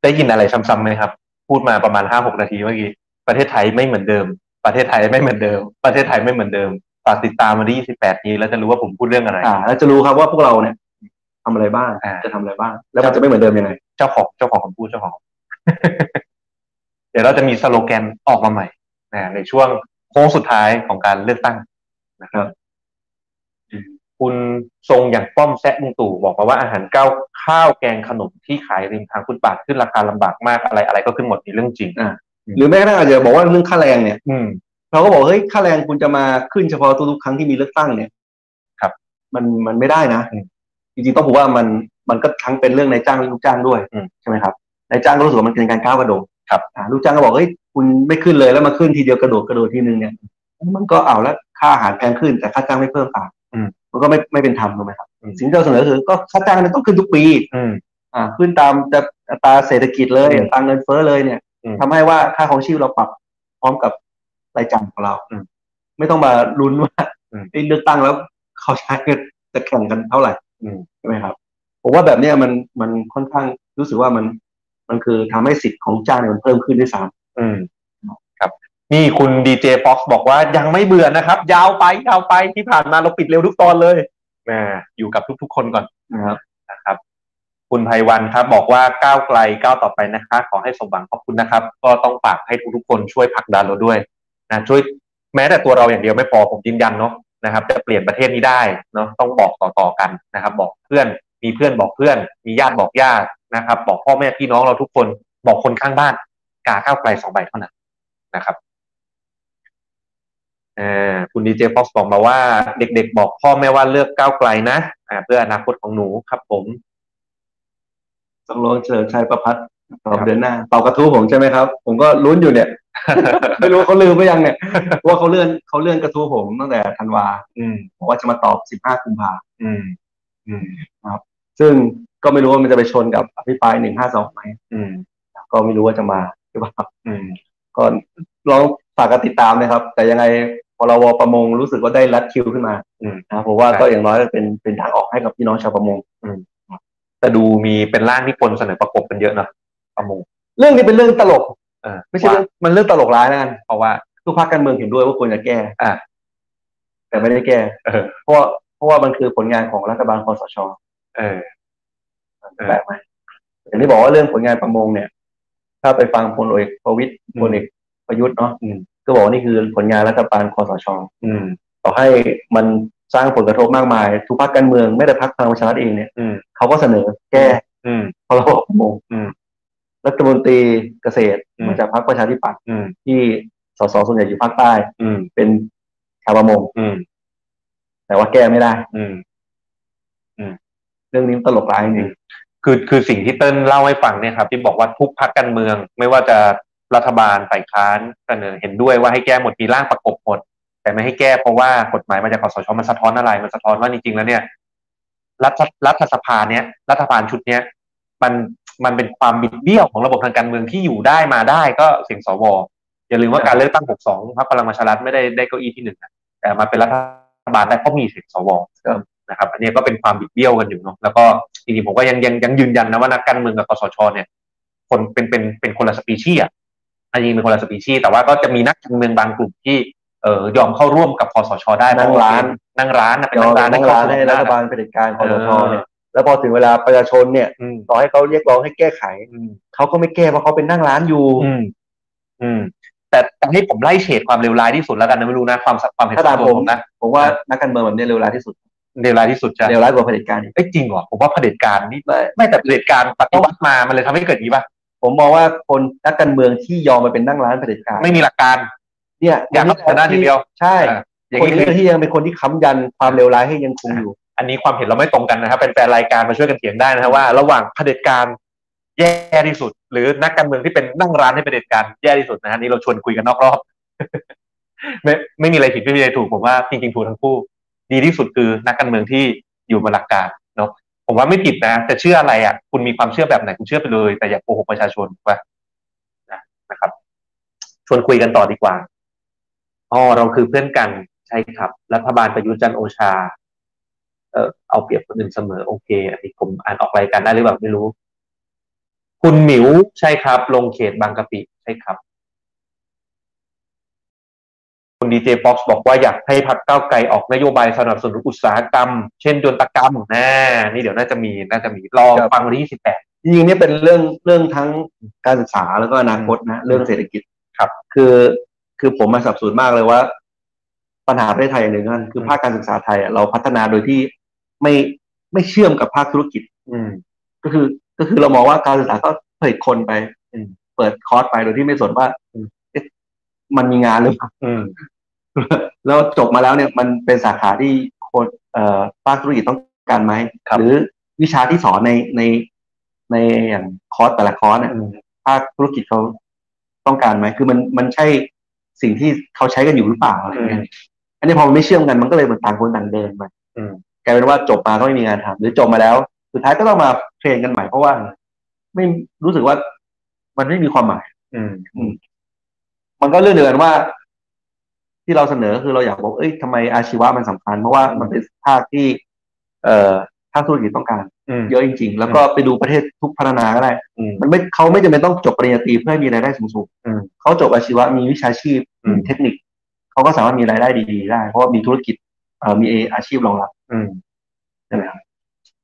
Speaker 1: ได้ยินอะไรซ้ำๆไหมครับ พูดมาประมาณห้าหกนาทีเมื่อกี้ ประเทศไทยไม่เหมือนเดิม ประเทศไทยไม่เหมือนเดิม ประเทศไทยไม่เหมือนเดิมฝากติดตามวันที่ 28 นี้แล้วจะรู้ว่าผมพูดเรื่องอะไร
Speaker 2: อ่าแล้วจะรู้ครับว่าพวกเราเนี่ยทำอะไรบ้าง
Speaker 1: อ่า
Speaker 2: จะทำอะไรบ้าง แล้วมันจะไม่เหมือนเดิมยังไง
Speaker 1: เจ้าของเจ้าของคำพูดเจ้าของ [LAUGHS] เดี๋ยวเราจะมีสโลแกนออกมาใหม่นะในช่วงโค้งสุดท้ายของการเลือกตั้งนะครับ คุณทรงอย่างป้อมแซะลุงตู่บอกมาว่าอาหารก้าวข้าวแกงขนมที่ขายริมทางฟุตบาทขึ้นราคาลำบากมากอะไรอะไรก็ขึ้นหมดนี่เรื่องจริง
Speaker 2: หรือแม้กระทั่งอาจจะบอกว่าเรื่องค่าแรงเนี่ย
Speaker 1: อืม
Speaker 2: เราก็บอกเฮ้ยค่าแรงคุณจะมาขึ้นเฉพาะทุกๆครั้งที่มีเลือกตั้งเนี่ย
Speaker 1: ครับ
Speaker 2: มันมันไม่ได้นะ
Speaker 1: อืม
Speaker 2: จริงๆต้องผมว่ามันมันก็ทั้งเป็นเรื่องนายจ้างและลูกจ้างด้วย
Speaker 1: อืม
Speaker 2: ใช่ไหมครับนายจ้างก็รู้สึกว่ามันเป็นการก้าวกระโดด
Speaker 1: ครับ
Speaker 2: อ่าลูกจ้างก็บอกเฮ้ยคุณไม่ขึ้นเลยแล้วมาขึ้นทีเดียวกระโดดกระโดดทีนึงเนี่ย มันก็เอาแล้วค่าอาหารแพงขึ้นแต่ค่าจ้างไม่เพิ่มตามมันก็ไม่ไม่เป็นธรรมถูกไหมครับ
Speaker 1: อืม
Speaker 2: สิ่งที่เราเสนอคือก็ค่าจ้างเนี่ยต้องขึ้นทุกปี
Speaker 1: อืม
Speaker 2: อ่าขึ้นตามจะอัตราเศรษฐกิจเลย
Speaker 1: อืม
Speaker 2: อัตราเงินเฟ้อเลยเนี่ย
Speaker 1: อืม
Speaker 2: ทำให้ว่าค่าของชีพเราปรับพร้อมกับรายจ่ายของเรา
Speaker 1: อืม
Speaker 2: ไม่ต้องมาลุ้นว่า
Speaker 1: อืม
Speaker 2: ไอ้เลือกตั้งแล้วเขาใช้เงินจะแข่งกันเท่าไหร่
Speaker 1: อืม
Speaker 2: ใช่ไหมครับผมว่าแบบเนี้ยมันมันค่อนข้างรู้สึกว่ามันมันคือทำให้สิทธิ์ของจ้างเนี่ยมันเพิ่มขึ้นด้วยซ้
Speaker 1: อืม ครับ นี่คุณดีเจฟ็อกซ์บอกว่ายังไม่เบื่อนะครับ ยาวไปยาวไปที่ผ่านมาเราปิดเร็วทุกตอนเลยนะอยู่กับทุกๆคนก่อน
Speaker 2: ำนะครับ
Speaker 1: นะครับคุณไพวันครับบอกว่าก้าวไกลก้าวต่อไปนะคะ ขอให้สมหวังขอบคุณนะครับ ก็ต้องฝากให้ทุกๆคนช่วยผลักดันเราด้วยนะช่วยแม้แต่ตัวเราอย่างเดียวไม่พอผมยืนยันเนาะนะครับจะเปลี่ยนประเทศนี้ได้เนาะต้องบอกต่อๆกันนะครับ บอกเพื่อนมีเพื่อนบอกเพื่อน มีญาติบอกญาตินะครับ บอกพ่อแม่พี่น้องเราทุกคนบอกคนข้างบ้านกาก้าวไกลสองใบเท่านั้นนะครับเอ่อคุณดีเจฟ็อกซ์บอกมาว่า เด็ก ๆ บอกพ่อแม่ว่าเลือกก้าวไกลนะอ่าเพื่ออนาคตของหนูครับผม
Speaker 2: ต้องรองเฉลิมชัยประพัฒน์ ครับเดือนหน้าเป่ากระทู้ผมใช่ไหมครับ ผมก็ลุ้นอ
Speaker 1: [LAUGHS]
Speaker 2: ยู่เนี่ย ไม่รู้เขาลืมหรือยังเนี่ย ว่าเขาเลื่อนเขาเลื่อนกระทู้ผมตั้งแต่ธันวา
Speaker 1: อืม
Speaker 2: บอกว่าจะมาตอบ 15กุมภา
Speaker 1: อืม อืม
Speaker 2: ซึ่งก็ไม่รู้ว่ามันจะไปชนกับอภิปราย152ไหม
Speaker 1: อืม
Speaker 2: ก็ไม่รู้ว่าจะมาหรือเปล่า
Speaker 1: อืม
Speaker 2: ก็ลองฝากกันติดตามนะครับ แต่ยังไงพรวประมงรู้สึกว่าได้รัดคิวขึ้นมา
Speaker 1: อืม
Speaker 2: นะครับผมว่า
Speaker 1: ครับ
Speaker 2: ก็อย่างน้อยเป็นเป็นทางออกให้กับพี่น้องชาวประมง
Speaker 1: อืม แต่ดูมีเป็นร่างที่คนเสนอประกบกันเยอะเนอะประมง
Speaker 2: เรื่องนี้เป็นเรื่องตลก
Speaker 1: เออ
Speaker 2: ไม่ใช่เรื่องมันเรื่องตลกร้ายนะกัน
Speaker 1: เพราะว่า
Speaker 2: ทุกภาคการเมืองเห็นด้วยว่าควรจะแก้
Speaker 1: อ่า
Speaker 2: แต่ไม่ได้แก้
Speaker 1: เออ
Speaker 2: เพราะว่าเพราะว่ามันคือผลงานของรัฐบาลคอสช
Speaker 1: เออ เออ
Speaker 2: แปลกไหมอย่างที่บอกว่าเรื่องผลงานประมงเนี่ย ถ้าไปฟังพลเอกประวิตย
Speaker 1: อืม
Speaker 2: พลเอกประยุทธ์เนาะ
Speaker 1: อืม
Speaker 2: ก็บอกว่านี่คือผลงานรัฐบาลคอสช
Speaker 1: อืม
Speaker 2: ต่อให้มันสร้างผลกระทบมากมาย ทุกภาคการเมืองไม่แต่พรรคพลังประชารัฐเองเนี่ย
Speaker 1: อืม
Speaker 2: เขาก็เสนอแก้
Speaker 1: อืม
Speaker 2: พรบประมง
Speaker 1: อืม
Speaker 2: รัฐมนตรีเกษตร
Speaker 1: อืม
Speaker 2: มาจากพรรคประชาธิปัตย์
Speaker 1: อืม
Speaker 2: ที่สสส่วนใหญ่อยู่ภาคใต้
Speaker 1: อืม
Speaker 2: เป็นชาวประมง
Speaker 1: อืม
Speaker 2: แต่ว่าแก้ไม่ได้
Speaker 1: อืม
Speaker 2: เรื่องนี้มันตลกร้ายจริง
Speaker 1: คือคือสิ่งที่เติ้ลเล่าให้ฟังเนี่ยครับที่บอกว่าทุกพักการเมือง ไม่ว่าจะรัฐบาลฝ่ายค้านเสนอเห็นด้วยว่าให้แก้หมดมีร่างประกบหมดแต่ไม่ให้แก้เพราะว่ากฎหมายมาจากคอสชมันสะท้อนอะไรมันสะท้อนว่าจริงๆแล้วเนี่ยรัฐรัฐสภาเนี่ยรัฐบาลชุดเนี้ยมันมันเป็นความบิดเบี้ยวของระบบทางการเมืองที่อยู่ได้มาได้ก็เสียงสวอย่าลืมว่าการเลือกตั้ง 62พรรคพลังประชารัฐไม่ได้ได้เก้าอี้ที่หนึ่งนะแต่มาเป็นรัฐบาลได้เพราะมีเสียงสว นะครับอันนี้ก็เป็นความบิดเบี้ยวกันอยู่เนาะแล้วก็จริงๆผมก็ยังยังยังยืนยันนะว่านักการเมืองกับกสชเนี่ย คนเป็นเป็นเป็นคนละสปีชีส์อ่ะอันนี้เป็นคนละสปีชีส์แต่ว่าก็จะมีนักการเมืองบางกลุ่มที่เอ่อยอมเข้าร่วมกับคอสชได้เพะว่นั่งร้านนะเป็น
Speaker 2: ยอ
Speaker 1: นั่
Speaker 2: ม
Speaker 1: งร้าน
Speaker 2: นั่งร้านให้รัฐบาล
Speaker 1: นะ
Speaker 2: เผด็จการคอสช
Speaker 1: เออ
Speaker 2: เนี่ยแล้วพอถึงเวลาประชาชนเนี่ย
Speaker 1: อืม
Speaker 2: ต่อให้เขาเรียกร้องให้แก้ไข
Speaker 1: อืม
Speaker 2: เขาก็ไม่แก้เพราะเขาเป็นนั่งร้านอยู่
Speaker 1: อืม อืม แต่แต่ให้ผมไล่เฉดความเลวร้ายที่สุดแล้วกันนะไม่รู้นะความความเห็น
Speaker 2: ถ้าตาม
Speaker 1: ส่วนตัวผม
Speaker 2: ผม
Speaker 1: นะ
Speaker 2: ผมว่านักการเมืองแบบนี้เลวร้ายที่สุด
Speaker 1: เลวร้ายที่สุดจะ
Speaker 2: เลวร้ายกว่าเผด็จการอีก
Speaker 1: เอ้ยจริงเหรอผมว่าเผด็จการนี่
Speaker 2: ไม่
Speaker 1: ไม่แต่เผด็จการปฏิวัติมามันเลยทำให้เกิดอย่างนี้ป่ะ
Speaker 2: ผมมองว่าคนนักการเมืองที่ยอมมาเป็นนั่งร้านเผด็จการ
Speaker 1: ไม่มีหลักการ
Speaker 2: เนี่ย
Speaker 1: อยากรับชนะทีเดียว
Speaker 2: ใช่
Speaker 1: อ่ะอย่าง
Speaker 2: คน
Speaker 1: นี้
Speaker 2: นี้ที่ยังเป็นคนที่ค้ำยันความเลวร้ายให้ยังคงอยู่
Speaker 1: อันนี้ความเห็นเราไม่ตรงกันนะครับเป็นแฟนๆรายการมาช่วยกันเถียงได้นะฮะว่าระหว่างเผด็จการแย่ที่สุด หรือนักการเมืองที่เป็นนั่งร้านให้เผด็จการแย่ที่สุดนะฮะนี่เราชวนคุยกันนอกรอบ [LAUGHS] ไม่ไม่มีอะไรผิดไม่มีอะไรถูกผมว่าจริงๆถูกทั้งคู่ ดีที่สุดคือนักการเมืองที่อยู่บนหลักการเนาะผมว่าไม่ผิดนะจะเชื่ออะไรอ่ะคุณมีความเชื่อแบบไหนคุณเชื่อไปเลย แต่อย่าโกหกประชาชนว่านะนะครับ ชวนคุยกันต่อดีกว่าอ๋อเราคือเพื่อนกันใช่ครับ รัฐบาลประยุทธ์จันทร์โอชา เออเอาเปรียบคนอื่นเสมอโอเคอันนี้ผมอ่านออกรายการได้หรือเปล่าไม่รู้ คุณหมิวใช่ครับ ลงเขตบางกะปิใช่ครับ คุณดีเจบ็อกซ์บอกว่าอยากให้พักก้าวไกลออกนโยบายสนับสนุนอุตสาหกรรม เช่นยนตกรรมนะนี่เดี๋ยวน่าจะมีน่าจะมีรอ
Speaker 2: ครับ
Speaker 1: ฟังวันที่สิบแปด
Speaker 2: จริงๆเนี่ยเป็นเรื่องเรื่องทั้งการศึกษาแล้วก็อนาคตนะเรื่องเศรษฐกิจ
Speaker 1: ครับ
Speaker 2: คือคือผมมาสับสนมากเลยว่า ปัญหาประเทศไทยอย่างหนึ่งนั่นคือภาคการศึกษาไทยอ่ะเราพัฒนาโดยที่ไม่ไม่เชื่อมกับภาคธุรกิจ ก็คือก็คือเรามองว่าการศึกษาก็เผยคนไป
Speaker 1: อืม
Speaker 2: เปิดคอร์สไปโดยที่ไม่สนว่าเอ๊ะมันมีงานหรือเปล่า
Speaker 1: อืม
Speaker 2: แล้วจบมาแล้วเนี่ยมันเป็นสาขาที่คนเอ่อภาคธุรกิจต้องการไหม
Speaker 1: ครับ
Speaker 2: หรือวิชาที่สอนในในในอย่างคอร์สแต่ละคอร์สเนี่ย
Speaker 1: อืม
Speaker 2: ภาคธุรกิจเขาต้องการไหมคือมันมันใช่สิ่งที่เขาใช้กันอยู่หรือเปล่าอะไรเงี้ยอันนี้พอมันไม่เชื่อมกันมันก็เลยเหมือนต่างคนต่างเดินไป
Speaker 1: อืม
Speaker 2: กลายเป็นว่าจบมาก็ไม่มีงานทำหรือจบมาแล้ว สุดท้ายก็ต้องมาเทรนกันใหม่เพราะว่า ไม่รู้สึกว่ามันไม่มีความหมาย
Speaker 1: อืม
Speaker 2: มันก็เรื่องเดียวกันว่า ที่เราเสนอคือเราอยากบอกเอ้ยทำไมอาชีวะมันสำคัญ เพราะว่ามันเป็นภาคที่ เอ่อภาคธุรกิจต้องการ
Speaker 1: อืม
Speaker 2: เยอะจริง ๆ แล้วก็ไปดูประเทศทุกพัฒนาก็ได้
Speaker 1: อืม
Speaker 2: มันไม่เขาไม่จำเป็นต้องจบปริญญาตรีเพื่อให้มีรายได้สูง
Speaker 1: อืม
Speaker 2: ๆเขาจบอาชีวะมีวิชาชีพ
Speaker 1: อืม
Speaker 2: มีเทคนิคเขาก็สามารถมีรายได้ดีๆได้ เพราะว่ามีธุรกิจเอ่อมีอาชีพรองรับ
Speaker 1: อืม
Speaker 2: อ่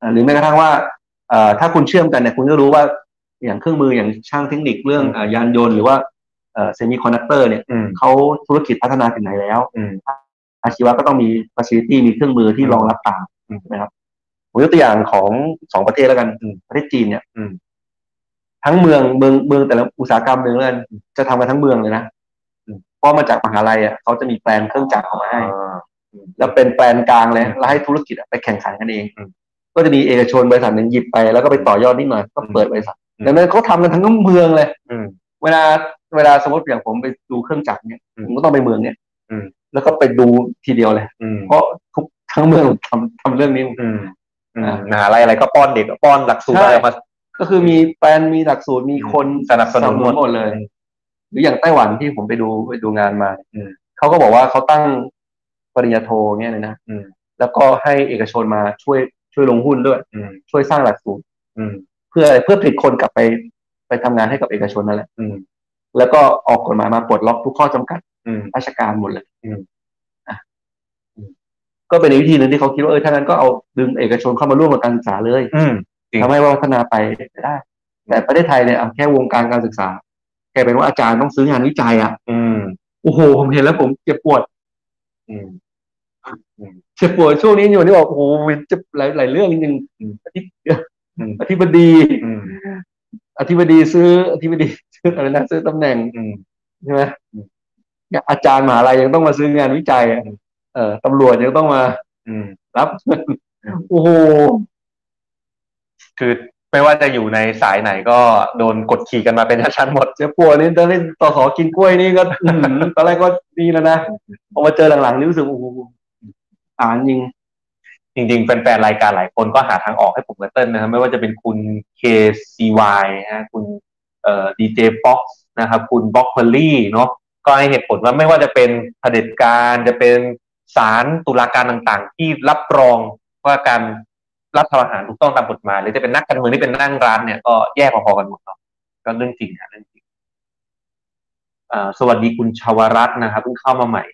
Speaker 2: าหรือแม้กระทั่งว่าเอ่อถ้าคุณเชื่อมกันเนี่ยคุณก็รู้ว่าอย่างเครื่องมืออย่างช่างเทคนิคเรื่อง
Speaker 1: อืม
Speaker 2: เอ่อยานยนต์หรือว่าเซมิคอนดักเตอร์เนี่ย
Speaker 1: อืม
Speaker 2: เขาธุรกิจพัฒนาถึงไหนแล้ว
Speaker 1: อืม
Speaker 2: อาชีวะก็ต้องมี f a c i l i t y มีเครื่องมือที่
Speaker 1: อืม
Speaker 2: รองรับตาม
Speaker 1: อืม
Speaker 2: นะครับผมยกตัวอย่างของสองประเทศแล้วกัน
Speaker 1: อืม
Speaker 2: ประเทศจีนเนี่ย
Speaker 1: อืม
Speaker 2: ทั้งเมืองเมืองเมืองแต่ละอุตสาหกรรมหนึ่งแล้วกันจะทำกันทั้งเมืองเลยนะเพราะมาจากมหาลัยอ่ะเขาจะมีแปลนเครื่องจักรออกมาให้ แล้วเป็นแปลนกลางเลยแล้วให้ธุรกิจอะไปแข่งขันกันเอง
Speaker 1: อืม
Speaker 2: ก็จะมีเอกชนบริษัทหนึ่งหยิบไปแล้วก็ไปต่อยอดนิดหน่อยก็เปิดบริษัท
Speaker 1: อืม
Speaker 2: ดังนั้นเขาทำกันทั้งเมืองเลย
Speaker 1: อืม
Speaker 2: เวลาเวลาสมมติอย่างผมไปดูเครื่องจักรเนี่ย
Speaker 1: อืม
Speaker 2: ผมก็ต้องไปเมืองเนี่ย
Speaker 1: อืม
Speaker 2: แล้วก็ไปดูทีเดียวเลย
Speaker 1: อืม
Speaker 2: เพราะทุกทั้งเมืองทำทำเรื่องนี้
Speaker 1: อืมอืมมหาลัยอะไรก็ป้อนเด็กป้อนหลักสูตร
Speaker 2: ใช่
Speaker 1: อะไรมา
Speaker 2: ก็คือมีแฟนมีหลักสูตรมีคน
Speaker 1: สนับสนุนหมด
Speaker 2: หมดเลย หรืออย่างไต้หวันที่ผมไปดูไปดูงานมา
Speaker 1: อืม
Speaker 2: เขาก็บอกว่าเขาตั้งปริญญาโทเงี้ยเลยนะ
Speaker 1: อืม
Speaker 2: แล้วก็ให้เอกชนมาช่วยช่วยลงหุ้นด้วย
Speaker 1: อืม
Speaker 2: ช่วยสร้างหลักสูตร
Speaker 1: อืม
Speaker 2: เพื่ออะไรเพื่อผลิตคนกลับไปไปทำงานให้กับเอกชนนั่นแหละ
Speaker 1: อืม
Speaker 2: แล้วก็ออกกฎหมายมาปลดล็อกทุกข้อจำกัด
Speaker 1: อืม
Speaker 2: ราชการหมดเลย
Speaker 1: อืม
Speaker 2: อ่ะก็เป็นอีกวิธีหนึ่งที่เขาคิดว่าเออถ้างั้นก็เอาดึงเอกชนเข้ามาร่วมกับการศึกษาเลย
Speaker 1: อืม จริง
Speaker 2: ทำให้ว่าพัฒนาไปได้ แต่ประเทศไทยเนี่ยเอาแค่วงการการศึกษาแกลายเป็นว่าอาจารย์ต้องซื้องานวิจัยอ่ะ
Speaker 1: อืม
Speaker 2: โอ้โหผมเห็นแล้วผมเจ็บปวด
Speaker 1: อืม
Speaker 2: เจ็บปวดช่วงนี้อยู่ที่บอกโอ้โหเจ็บหลายหลายเรื่องจริง
Speaker 1: อืม
Speaker 2: อธิ
Speaker 1: อืม
Speaker 2: อธิบดี
Speaker 1: อืม
Speaker 2: อธิบดีซื้ออธิบดีซื้ออะไรนะซื้อตำแหน่ง
Speaker 1: อืม
Speaker 2: ใช่ไหม
Speaker 1: อืม
Speaker 2: เนี่ยอาจารย์มหาลัยยังต้องมาซื้องานวิจัยอะ
Speaker 1: อืม
Speaker 2: เออตำรวจยังต้องมา
Speaker 1: อืม
Speaker 2: รับเงินโอ้โห
Speaker 1: คือไม่ว่าจะอยู่ในสายไหนก็โดนกดขี่กันมาเป็นชั้นๆหมด
Speaker 2: [LAUGHS] เจ็บปวดนี่ตอนเล่นต่อสอกินกล้วยนี่ก็ อื้อหือตอนแรกก็ดีแล้วนะพอมาเจอหลังๆนี่รู้สึกโอ้โหอ่านยิง
Speaker 1: จริงๆแฟนๆรายการหลายคนก็หาทางออกให้ผมกับเติ้ลนะครับไม่ว่าจะเป็นคุณ KCY นะฮะคุณเอ่อ DJ Box นะครับ คุณ b ็อกเ e อรี่เนาะก็ให้เหตุผลว่าไม่ว่าจะเป็นเผด็จการจะเป็นศาลตุลาการต่างๆ ที่รับรองว่าการรัฐประหารถูกต้องตามกฎหมายหรือจะเป็นนักการเมืองที่เป็นนั่งร้านเนี่ยก็แย่พอๆกันหมดเนาะก็เรื่องจริงนะเรื่องจริงเอ่อสวัสดีคุณชาวรัตน์นะครับเพิ่งเข้ามาใหม่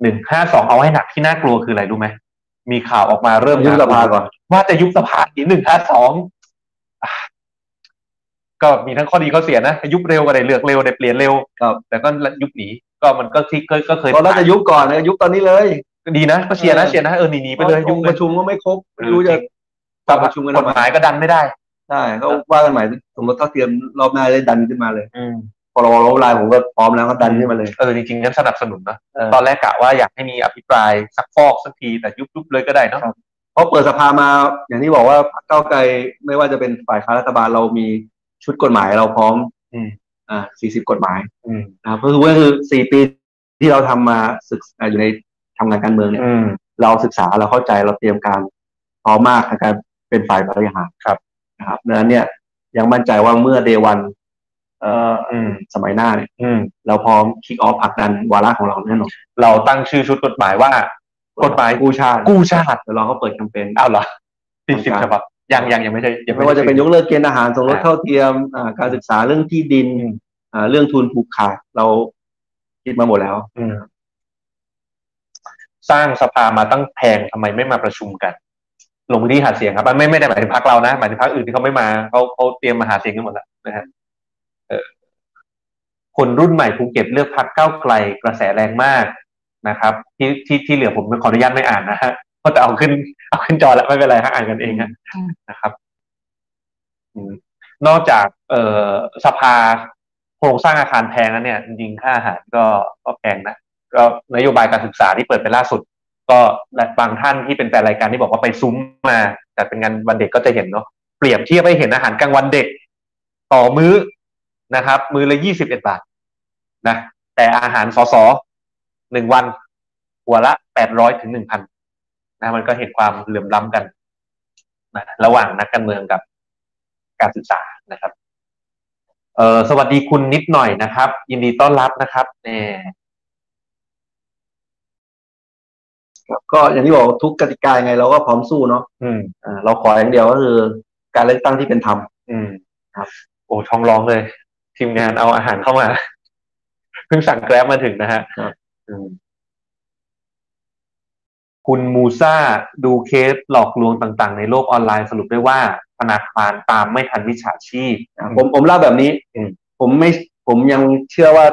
Speaker 1: หนึ่งห้าสองเอาให้หนักที่น่ากลัวคืออะไรรู้ไหมมีข่าวออกมาเริ่ม
Speaker 2: ยุบสภาก่อน
Speaker 1: ว่าจะยุบสภาอีกหนึ่งห้าสองก็มีทั้งข้อดีข้อเสียนะยุบเร็วก็ได้เลือกเร็วได้เปลี่ยนเร็ว
Speaker 2: ครับ
Speaker 1: แต่ก็ยุบหนีก็มันก็ที่เคยก็เคย
Speaker 2: ตอนแรกจะยุบก่อนนะยุบตอนนี้เลย
Speaker 1: ก็ดีนะก็เชียร์นะเชียร์นะเออหนีหนีไปเลยยุบ
Speaker 2: องค์
Speaker 1: เล
Speaker 2: ป
Speaker 1: ย
Speaker 2: ระชุมก็ไม่ครบไม่รู้จะ
Speaker 1: กลับ
Speaker 2: ป
Speaker 1: ประ ระ
Speaker 2: ชุ
Speaker 1: ชุ
Speaker 2: ม
Speaker 1: ม
Speaker 2: กั
Speaker 1: กันนก
Speaker 2: ทำไม
Speaker 1: ฎหมายก็ดันไม่ได้
Speaker 2: ใช่ก็ว่ากันใหม่สมมติถ้าเตรียมรอบหน้าได้ดันขึ้นมาเลย
Speaker 1: อืม
Speaker 2: พอเราล้มลายผมก็พร้อมแล้วก็ดันขึ้นมาเลย
Speaker 1: เออจริงๆนั้นสนับสนุนนะ
Speaker 2: เออ
Speaker 1: ตอนแรกกะว่าอยากให้มีอภิปรายสักฟอกสักทีแต่ยุบยุบเลยก็ได้เนาะ
Speaker 2: ครับ เพราะเปิดสภามาอย่างที่บอกว่าพรรคก้าวไกลไม่ว่าจะเป็นฝ่ายค้านรัฐบาลเรามีชุดกฎหมายเราพร้อม
Speaker 1: อืม
Speaker 2: อ่า 40 กฎหมาย
Speaker 1: อืม
Speaker 2: นะครับก็คือว่าคือ 4 ปีที่เราทำมาศึกษาอยู่ในทำงานการเมืองเนี่ย
Speaker 1: อืม
Speaker 2: เราศึกษาเราเข้าใจเราเตรียมการพร้อมมากในการเป็นฝ่ายบริหาร
Speaker 1: ครับ
Speaker 2: นะครับดังนั้นเนี่ยยังมั่นใจว่าเมื่อเดวันเอ่อ
Speaker 1: อืม
Speaker 2: สมัยหน้าเนี่ย
Speaker 1: อืม
Speaker 2: เราพร้อมคิกออฟผลักดันวาระของเราแน่นอน
Speaker 1: เราตั้งชื่อชุดกฎหมายว่า กฎหมาย
Speaker 2: กู้ชาติ
Speaker 1: กู้ชาติ
Speaker 2: เดี๋ยวเราก็เปิดแคมเปญ
Speaker 1: เอาเหรอสี่สิบ
Speaker 2: ต้
Speaker 1: ฉ
Speaker 2: องการ
Speaker 1: บับยังยังยังไม่ใช่ยัง
Speaker 2: ไม่
Speaker 1: ด้
Speaker 2: ว่าจะเป็นยกเลิกเกณฑ์อาหารสมรสเท่าเทียมอ่าการศึกษาเรื่องที่ดิน
Speaker 1: อืม
Speaker 2: อ่าเรื่องทุนผูกขาดเราคิดมาหมดแล้ว
Speaker 1: อืมสร้างสภามาตั้งแพงทำไมไม่มาประชุมกัน ลงพื้นที่หาเสียงครับไม่ไม่ได้หมายถึงพรรคเรานะหมายถึงพรรคอื่นที่เขาไม่มาเขาเขาเตรียมมาหาเสียงกันหมดแล้วนะฮะเออคนรุ่นใหม่ภูเก็ตเลือกพรรคก้าวไกลกระแสแรงมากนะครับ ที่ที่ที่เหลือผมขออนุญาตไม่อ่านนะฮะก็จะเอาขึ้นเอาขึ้นจอแล้วไม่เป็นไรฮะอ่านกันเองฮะนะครับ อืมนอกจากเอ่อสภาโครงสร้างอาคารแพงแล้วเนี่ยจริงๆค่าอาหารก็ก็แพงนะ ก็นโยบายการศึกษาที่เปิดไปล่าสุด ก็บางท่านที่เป็นแฟนรายการที่บอกว่าไปซุ้มมาจัดเป็นงานวันเด็กก็จะเห็นเนาะเปรียบเทียบให้เห็นอาหารกลางวันเด็ก ต่อมื้อนะครับ มื้อละยี่สิบเอ็ดบาทนะแต่อาหารสอสอหนึ่งวันหัวละแปดร้อยถึงหนึ่งพันนะมันก็เห็นความเหลื่อมล้ำกันนะระหว่างนักการเมืองกับการศึกษานะครับ เออสวัสดีคุณนิดหน่อยนะครับ ยินดีต้อนรับนะครับเอ่อ
Speaker 2: ก็อย่างที่บอกทุกกติกายังไงเราก็พร้อมสู้เนาะ
Speaker 1: อืม
Speaker 2: อ่าเราขออย่างเดียวก็คือการเลือกตั้งที่เป็นธรรม
Speaker 1: อืม
Speaker 2: ครับ
Speaker 1: โอ้ท้องร้องเลย ทีมงานเอาอาหารเข้ามา เพิ่งสั่งแกร็บมาถึงนะฮะอืมคุณมูซาดูเคสหลอกลวงต่างๆ ในโลกออนไลน์สรุปได้ว่าธนาคารตามไม่ทันวิชาชีพ
Speaker 2: อ่าผมผมเล่าแบบนี้
Speaker 1: อืม
Speaker 2: ผมไม่ผมยังเชื่อว่า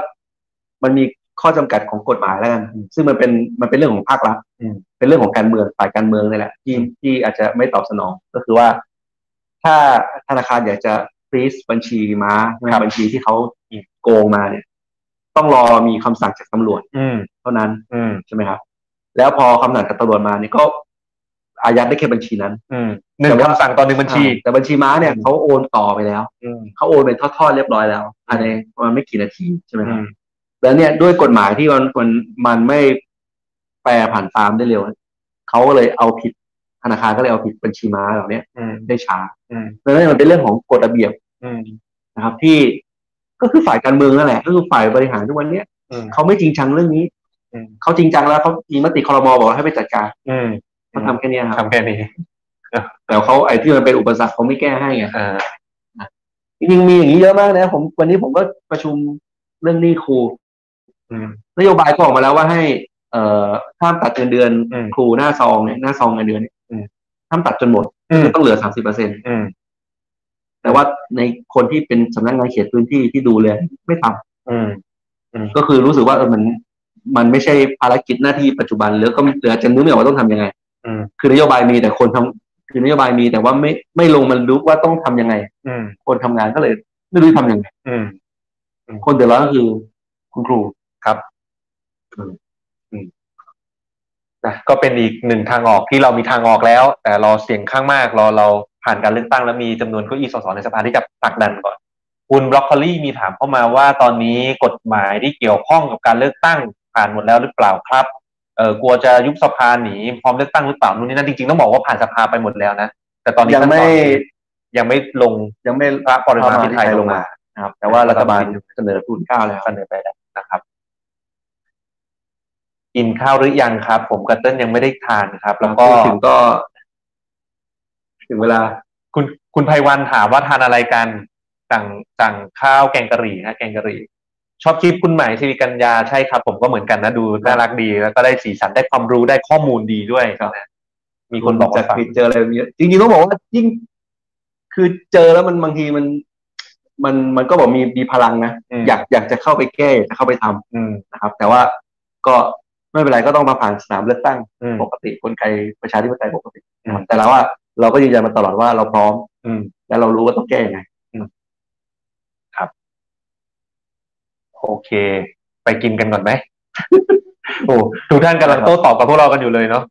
Speaker 2: มันมีข้อจำกัดของกฎหมายแล้วกัน
Speaker 1: อืม
Speaker 2: ซึ่งมันเป็นมันเป็นเรื่องของภาครัฐ
Speaker 1: อืม
Speaker 2: เป็นเรื่องของการเมืองฝ่ายการเมืองนี่แหละที่
Speaker 1: อืม
Speaker 2: ที่อาจจะไม่ตอบสนอง ก็คือว่า ถ้าธนาคารอยากจะฟรีซบัญชีม้าบัญชีที่เขาโกงมาเนี่ย ต้องรอมีคำสั่งจากตำรวจ
Speaker 1: อืม
Speaker 2: เท่านั้น
Speaker 1: อืม
Speaker 2: ใช่ไหมครับ แล้วพอคำสั่งจากตำรวจมาเนี่ยก็ อายัดได้แค่บัญชีนั้น
Speaker 1: อืมหนึ่ง
Speaker 2: แต่ว่า
Speaker 1: คำสั่งต่อหนึ่งบัญชี
Speaker 2: อ่าแต่บัญชีม้าเนี่ยเขาโอนต่อไปแล้ว
Speaker 1: อืม
Speaker 2: เขาโอนเป็นทอดๆเรียบร้อยแล้วภายในประมาณไม่กี่นาทีใช่ไหมค
Speaker 1: อื
Speaker 2: รับ
Speaker 1: ม
Speaker 2: แล้วเนี่ยด้วยกฎหมายที่มันมันมันไม่แปรผันตามได้เร็วเขาก็เลยเอาผิดธนาคารก็เลยเอาผิดบัญชีม้าเหล่าเนี้ย
Speaker 1: อืม
Speaker 2: ได้ช้า
Speaker 1: อืม
Speaker 2: ดังนั้นมันเป็นเรื่องของกฎระเบียบ
Speaker 1: อืม
Speaker 2: นะครับ ที่ก็คือฝ่ายการเมืองนั่นแหละก็คือฝ่ายบริหารทุกวันเนี้ย
Speaker 1: อืม
Speaker 2: เขาไม่จริงจังเรื่องนี้
Speaker 1: อืม
Speaker 2: เขาจริงจังแล้วเขามีมติคอรมอบอกว่าให้ไปจัดการ
Speaker 1: อืม
Speaker 2: เขาทำแค่เนี้ยครับ
Speaker 1: ทำแค่นี้
Speaker 2: แต่เขาไอ้ที่มันเป็นอุปสรรคเขาไม่แก้ให้ไง
Speaker 1: อ่า
Speaker 2: จริงๆมีอย่างนี้เยอะมากนะผมวันนี้ผมก็ประชุมเรื่องหนี้ครู
Speaker 1: อืม
Speaker 2: นโยบายก็ออกมาแล้วว่าให้ เอ่อห้ามตัดเงินเดือน
Speaker 1: อืม
Speaker 2: ครูหน้าซองเนี่ยหน้าซองเงินเดือนเนี่ย
Speaker 1: อืม
Speaker 2: ห้ามตัดจนหมด
Speaker 1: อืม
Speaker 2: ต้องเหลือสามสิบเปอร์เซ็น
Speaker 1: อืม
Speaker 2: แต่ว่าในคนที่เป็นสำนักงานเขตพื้นที่ที่ดูแลไม่ทำ
Speaker 1: อืม
Speaker 2: ก็คือรู้สึกว่าเออมัน มันไม่ใช่ภารกิจหน้าที่ปัจจุบันหรือก็เหลือจะนึกไม่ออกว่าต้องทำยังไง
Speaker 1: อืม
Speaker 2: คือนโยบายมีแต่คนทำคือนโยบายมีแต่ว่าไม่ไม่ลงมันรู้ว่าต้องทำยังไง
Speaker 1: อืม
Speaker 2: คนทำงานก็เลย ไม่รู้จะทำยังไง
Speaker 1: อืม
Speaker 2: คนเดือดร้อนก็คือคุณครู
Speaker 1: ครับ
Speaker 2: อืม
Speaker 1: อืมนะก็เป็นอีกหนึ่งทางออกที่เรามีทางออกแล้ว แต่รอเสียงข้างมาก รอเราผ่านการเลือกตั้งแล้วมีจำนวนเก้าอี้สสในสภาที่จะผลักดันก่อน คุณบรอกโคลีมีถามเข้ามาว่าตอนนี้กฎหมายที่เกี่ยวข้องกับการเลือกตั้งผ่านหมดแล้วหรือเปล่าครับ เออกลัวจะยุบสภาหนีพร้อมเลือกตั้งหรือเปล่านู่นนี่นั่นจริงๆต้องบอกว่าผ่านสภาไปหมดแล้วนะแต่ตอนนี้
Speaker 2: ยังไม่
Speaker 1: ขั้นตอนคือยังไม่ลง
Speaker 2: ยังไม่
Speaker 1: พระปริมาพิไทยลงมา
Speaker 2: นะครับ แต่ว่ารัฐบาลเสนอทุนเกล้าแล้ว
Speaker 1: เสนอไปแล้วนะครับ กินข้าวหรือยังครับ ผมกับเติ้ลยังไม่ได้ทานครับ แล้วก็
Speaker 2: ก็ถึงก็ ถึงเวลา
Speaker 1: คุณคุณไพวันถามว่าทานอะไรกันสั่งสั่งข้าวแกงกะหรี่นะแกงกะหรี่ ชอบคลิปคุณหมายสิริกัญญาใช่ครับ ผมก็เหมือนกันนะดูน่ารักดี แล้วก็ได้สีสันได้ความรู้ได้ข้อมูลดีด้วย
Speaker 2: ครับ
Speaker 1: นะมีคนบอก
Speaker 2: จะ
Speaker 1: ว่าฝาก
Speaker 2: ผิดเจออะไรแบบนี้จริงๆต้องบอกว่ายิ่ง คือเจอแล้วมันบางทีมัน มันมันก็บอกมีมีพลังนะ
Speaker 1: ม
Speaker 2: อยากอยากจะเข้าไปแก้อยากจะเข้าไปทำ
Speaker 1: อืม
Speaker 2: นะครับ แต่ว่าก็ไม่เป็นไรก็ต้องมาผ่านสนามเลือกตั้ง
Speaker 1: อืม
Speaker 2: ปกติกลไกประชาธิปไตยปกตินะครับ
Speaker 1: อืม
Speaker 2: แต่เราว่าเราก็ยืนยันมาตลอดว่าเราพร้อม
Speaker 1: อืม
Speaker 2: แล้วเรารู้ว่าต้องแก้ยังไง
Speaker 1: โอเค ไปกินกันก่อนไหม
Speaker 2: [LAUGHS]
Speaker 1: โอ้ทุกท่านกำลังโต้ตอบกับพวกเรากันอยู่เลยเนาะ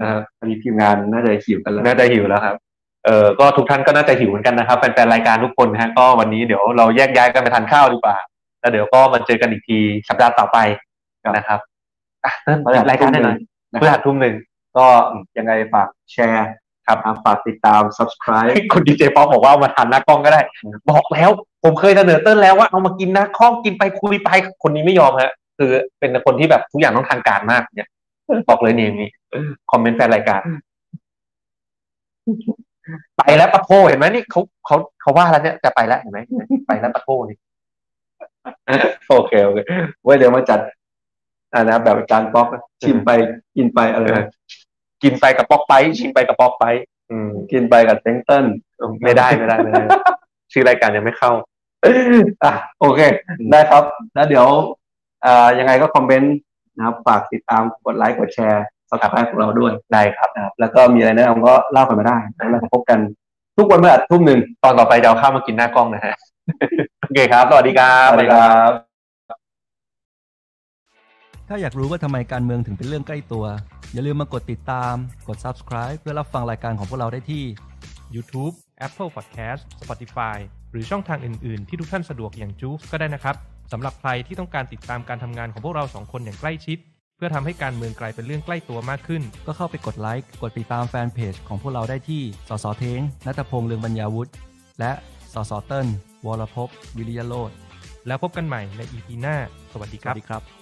Speaker 1: นะฮะ
Speaker 2: อันนี้ทีมงานน่าจะหิวกันแล้ว
Speaker 1: น่าจะหิวแล้วครับ เออก็ทุกท่านก็น่าจะหิวเหมือนกันนะครับแฟนๆรายการทุกคนนะฮะก็วันนี้เดี๋ยวเราแยกย้ายกันไปทานข้าวดีกว่า แล้วเดี๋ยวก็มาเจอกันอีกทีสัปดาห์ต่อไปนะครับอ่ะเริ่มรายการได้หน่อย
Speaker 2: นะ
Speaker 1: เพื่อ
Speaker 2: ครั
Speaker 1: หั
Speaker 2: บ
Speaker 1: ดทุ่มหนึ่ง
Speaker 2: ก็ยังไงฝากแชร์ครับฝากติดตาม subscribe
Speaker 1: คุณดีเจป๊อปบอกว่าเอามาทานหน้ากล้องก็ได้ บอกแล้ว ผมเคยเสนอเติ้ลแล้วว่าเอามากินหน้ากล้องกินไปคุยไปคนนี้ไม่ยอมฮะ คือเป็นคนที่แบบทุกอย่างต้องทางการมากเนี่ย บอกเลยนี่นี่คอมเมนต์แฟนรายการ ไปแล้วปะโทเห็นไหมนี่เขาเขาเขาว่าแล้วเนี่ยจะไปแล้วเห็นไหมไปแล้วปะโทนี่ [LAUGHS]
Speaker 2: โอเคโอเคไว้เดี๋ยวมาจัดอ่านะแบบอาจารย์ป๊อกชิมไปกินไปอะไร
Speaker 1: เออ
Speaker 2: นะ
Speaker 1: กินไปกับป๊อกไปชิมไปกับป๊อกไป อืม
Speaker 2: กินไปกับเซงเติ้ล [LAUGHS]
Speaker 1: ไม่ได้ไม่ได้ไม่ได้ ชื่อรายการยังไม่เข้า
Speaker 2: อ่ะโอเค ได้ครับ แล้วเดี๋ยวอ่ายังไงก็คอมเมนต์นะครับฝากติดตามกดไลค์กดแชร์สถาบันของเราด้วย
Speaker 1: ได้ครับ
Speaker 2: นะครับแล้วก็มีอะไรแนะนำก็เล่ากันมาได้แล้วเราพบกันทุกวันพฤหัสทุ่มหนึ่ง
Speaker 1: ตอนต่อไปจะเอาข้าวมากินหน้ากล้องนะฮ [LAUGHS] ะ โอเคครับ สวัสดีครั
Speaker 2: ส
Speaker 1: บ
Speaker 2: วัสดีครับ
Speaker 3: ถ้าอยากรู้ว่าทำไมการเมืองถึงเป็นเรื่องใกล้ตัว อย่าลืมมากดติดตาม กด subscribe เพื่อรับฟังรายการของพวกเราได้ที่
Speaker 4: YouTube, Apple Podcast, Spotify หรือช่องทางอื่น ๆ ที่ทุกท่านสะดวกอย่างจูฟก็ได้นะครับ สำหรับใครที่ต้องการติดตามการทำงานของพวกเราสองคนอย่างใกล้ชิด เพื่อทำให้การเมืองกลายเป็นเรื่องใกล้ตัวมากขึ้น
Speaker 3: ก็เข้าไปกดไลค์ กดติดตามแฟนเพจของพวกเราได้ที่ สสเทงนัตพงษ์เลืองบรรยาวุฒิ และสสเติ้ลวรภพวิริยโรธ
Speaker 4: แล้วพบกันใหม่ใน EP หน้า สวัสดี
Speaker 3: ส
Speaker 4: ค
Speaker 3: วั
Speaker 4: รั
Speaker 3: ส
Speaker 4: บ
Speaker 3: ดีครับ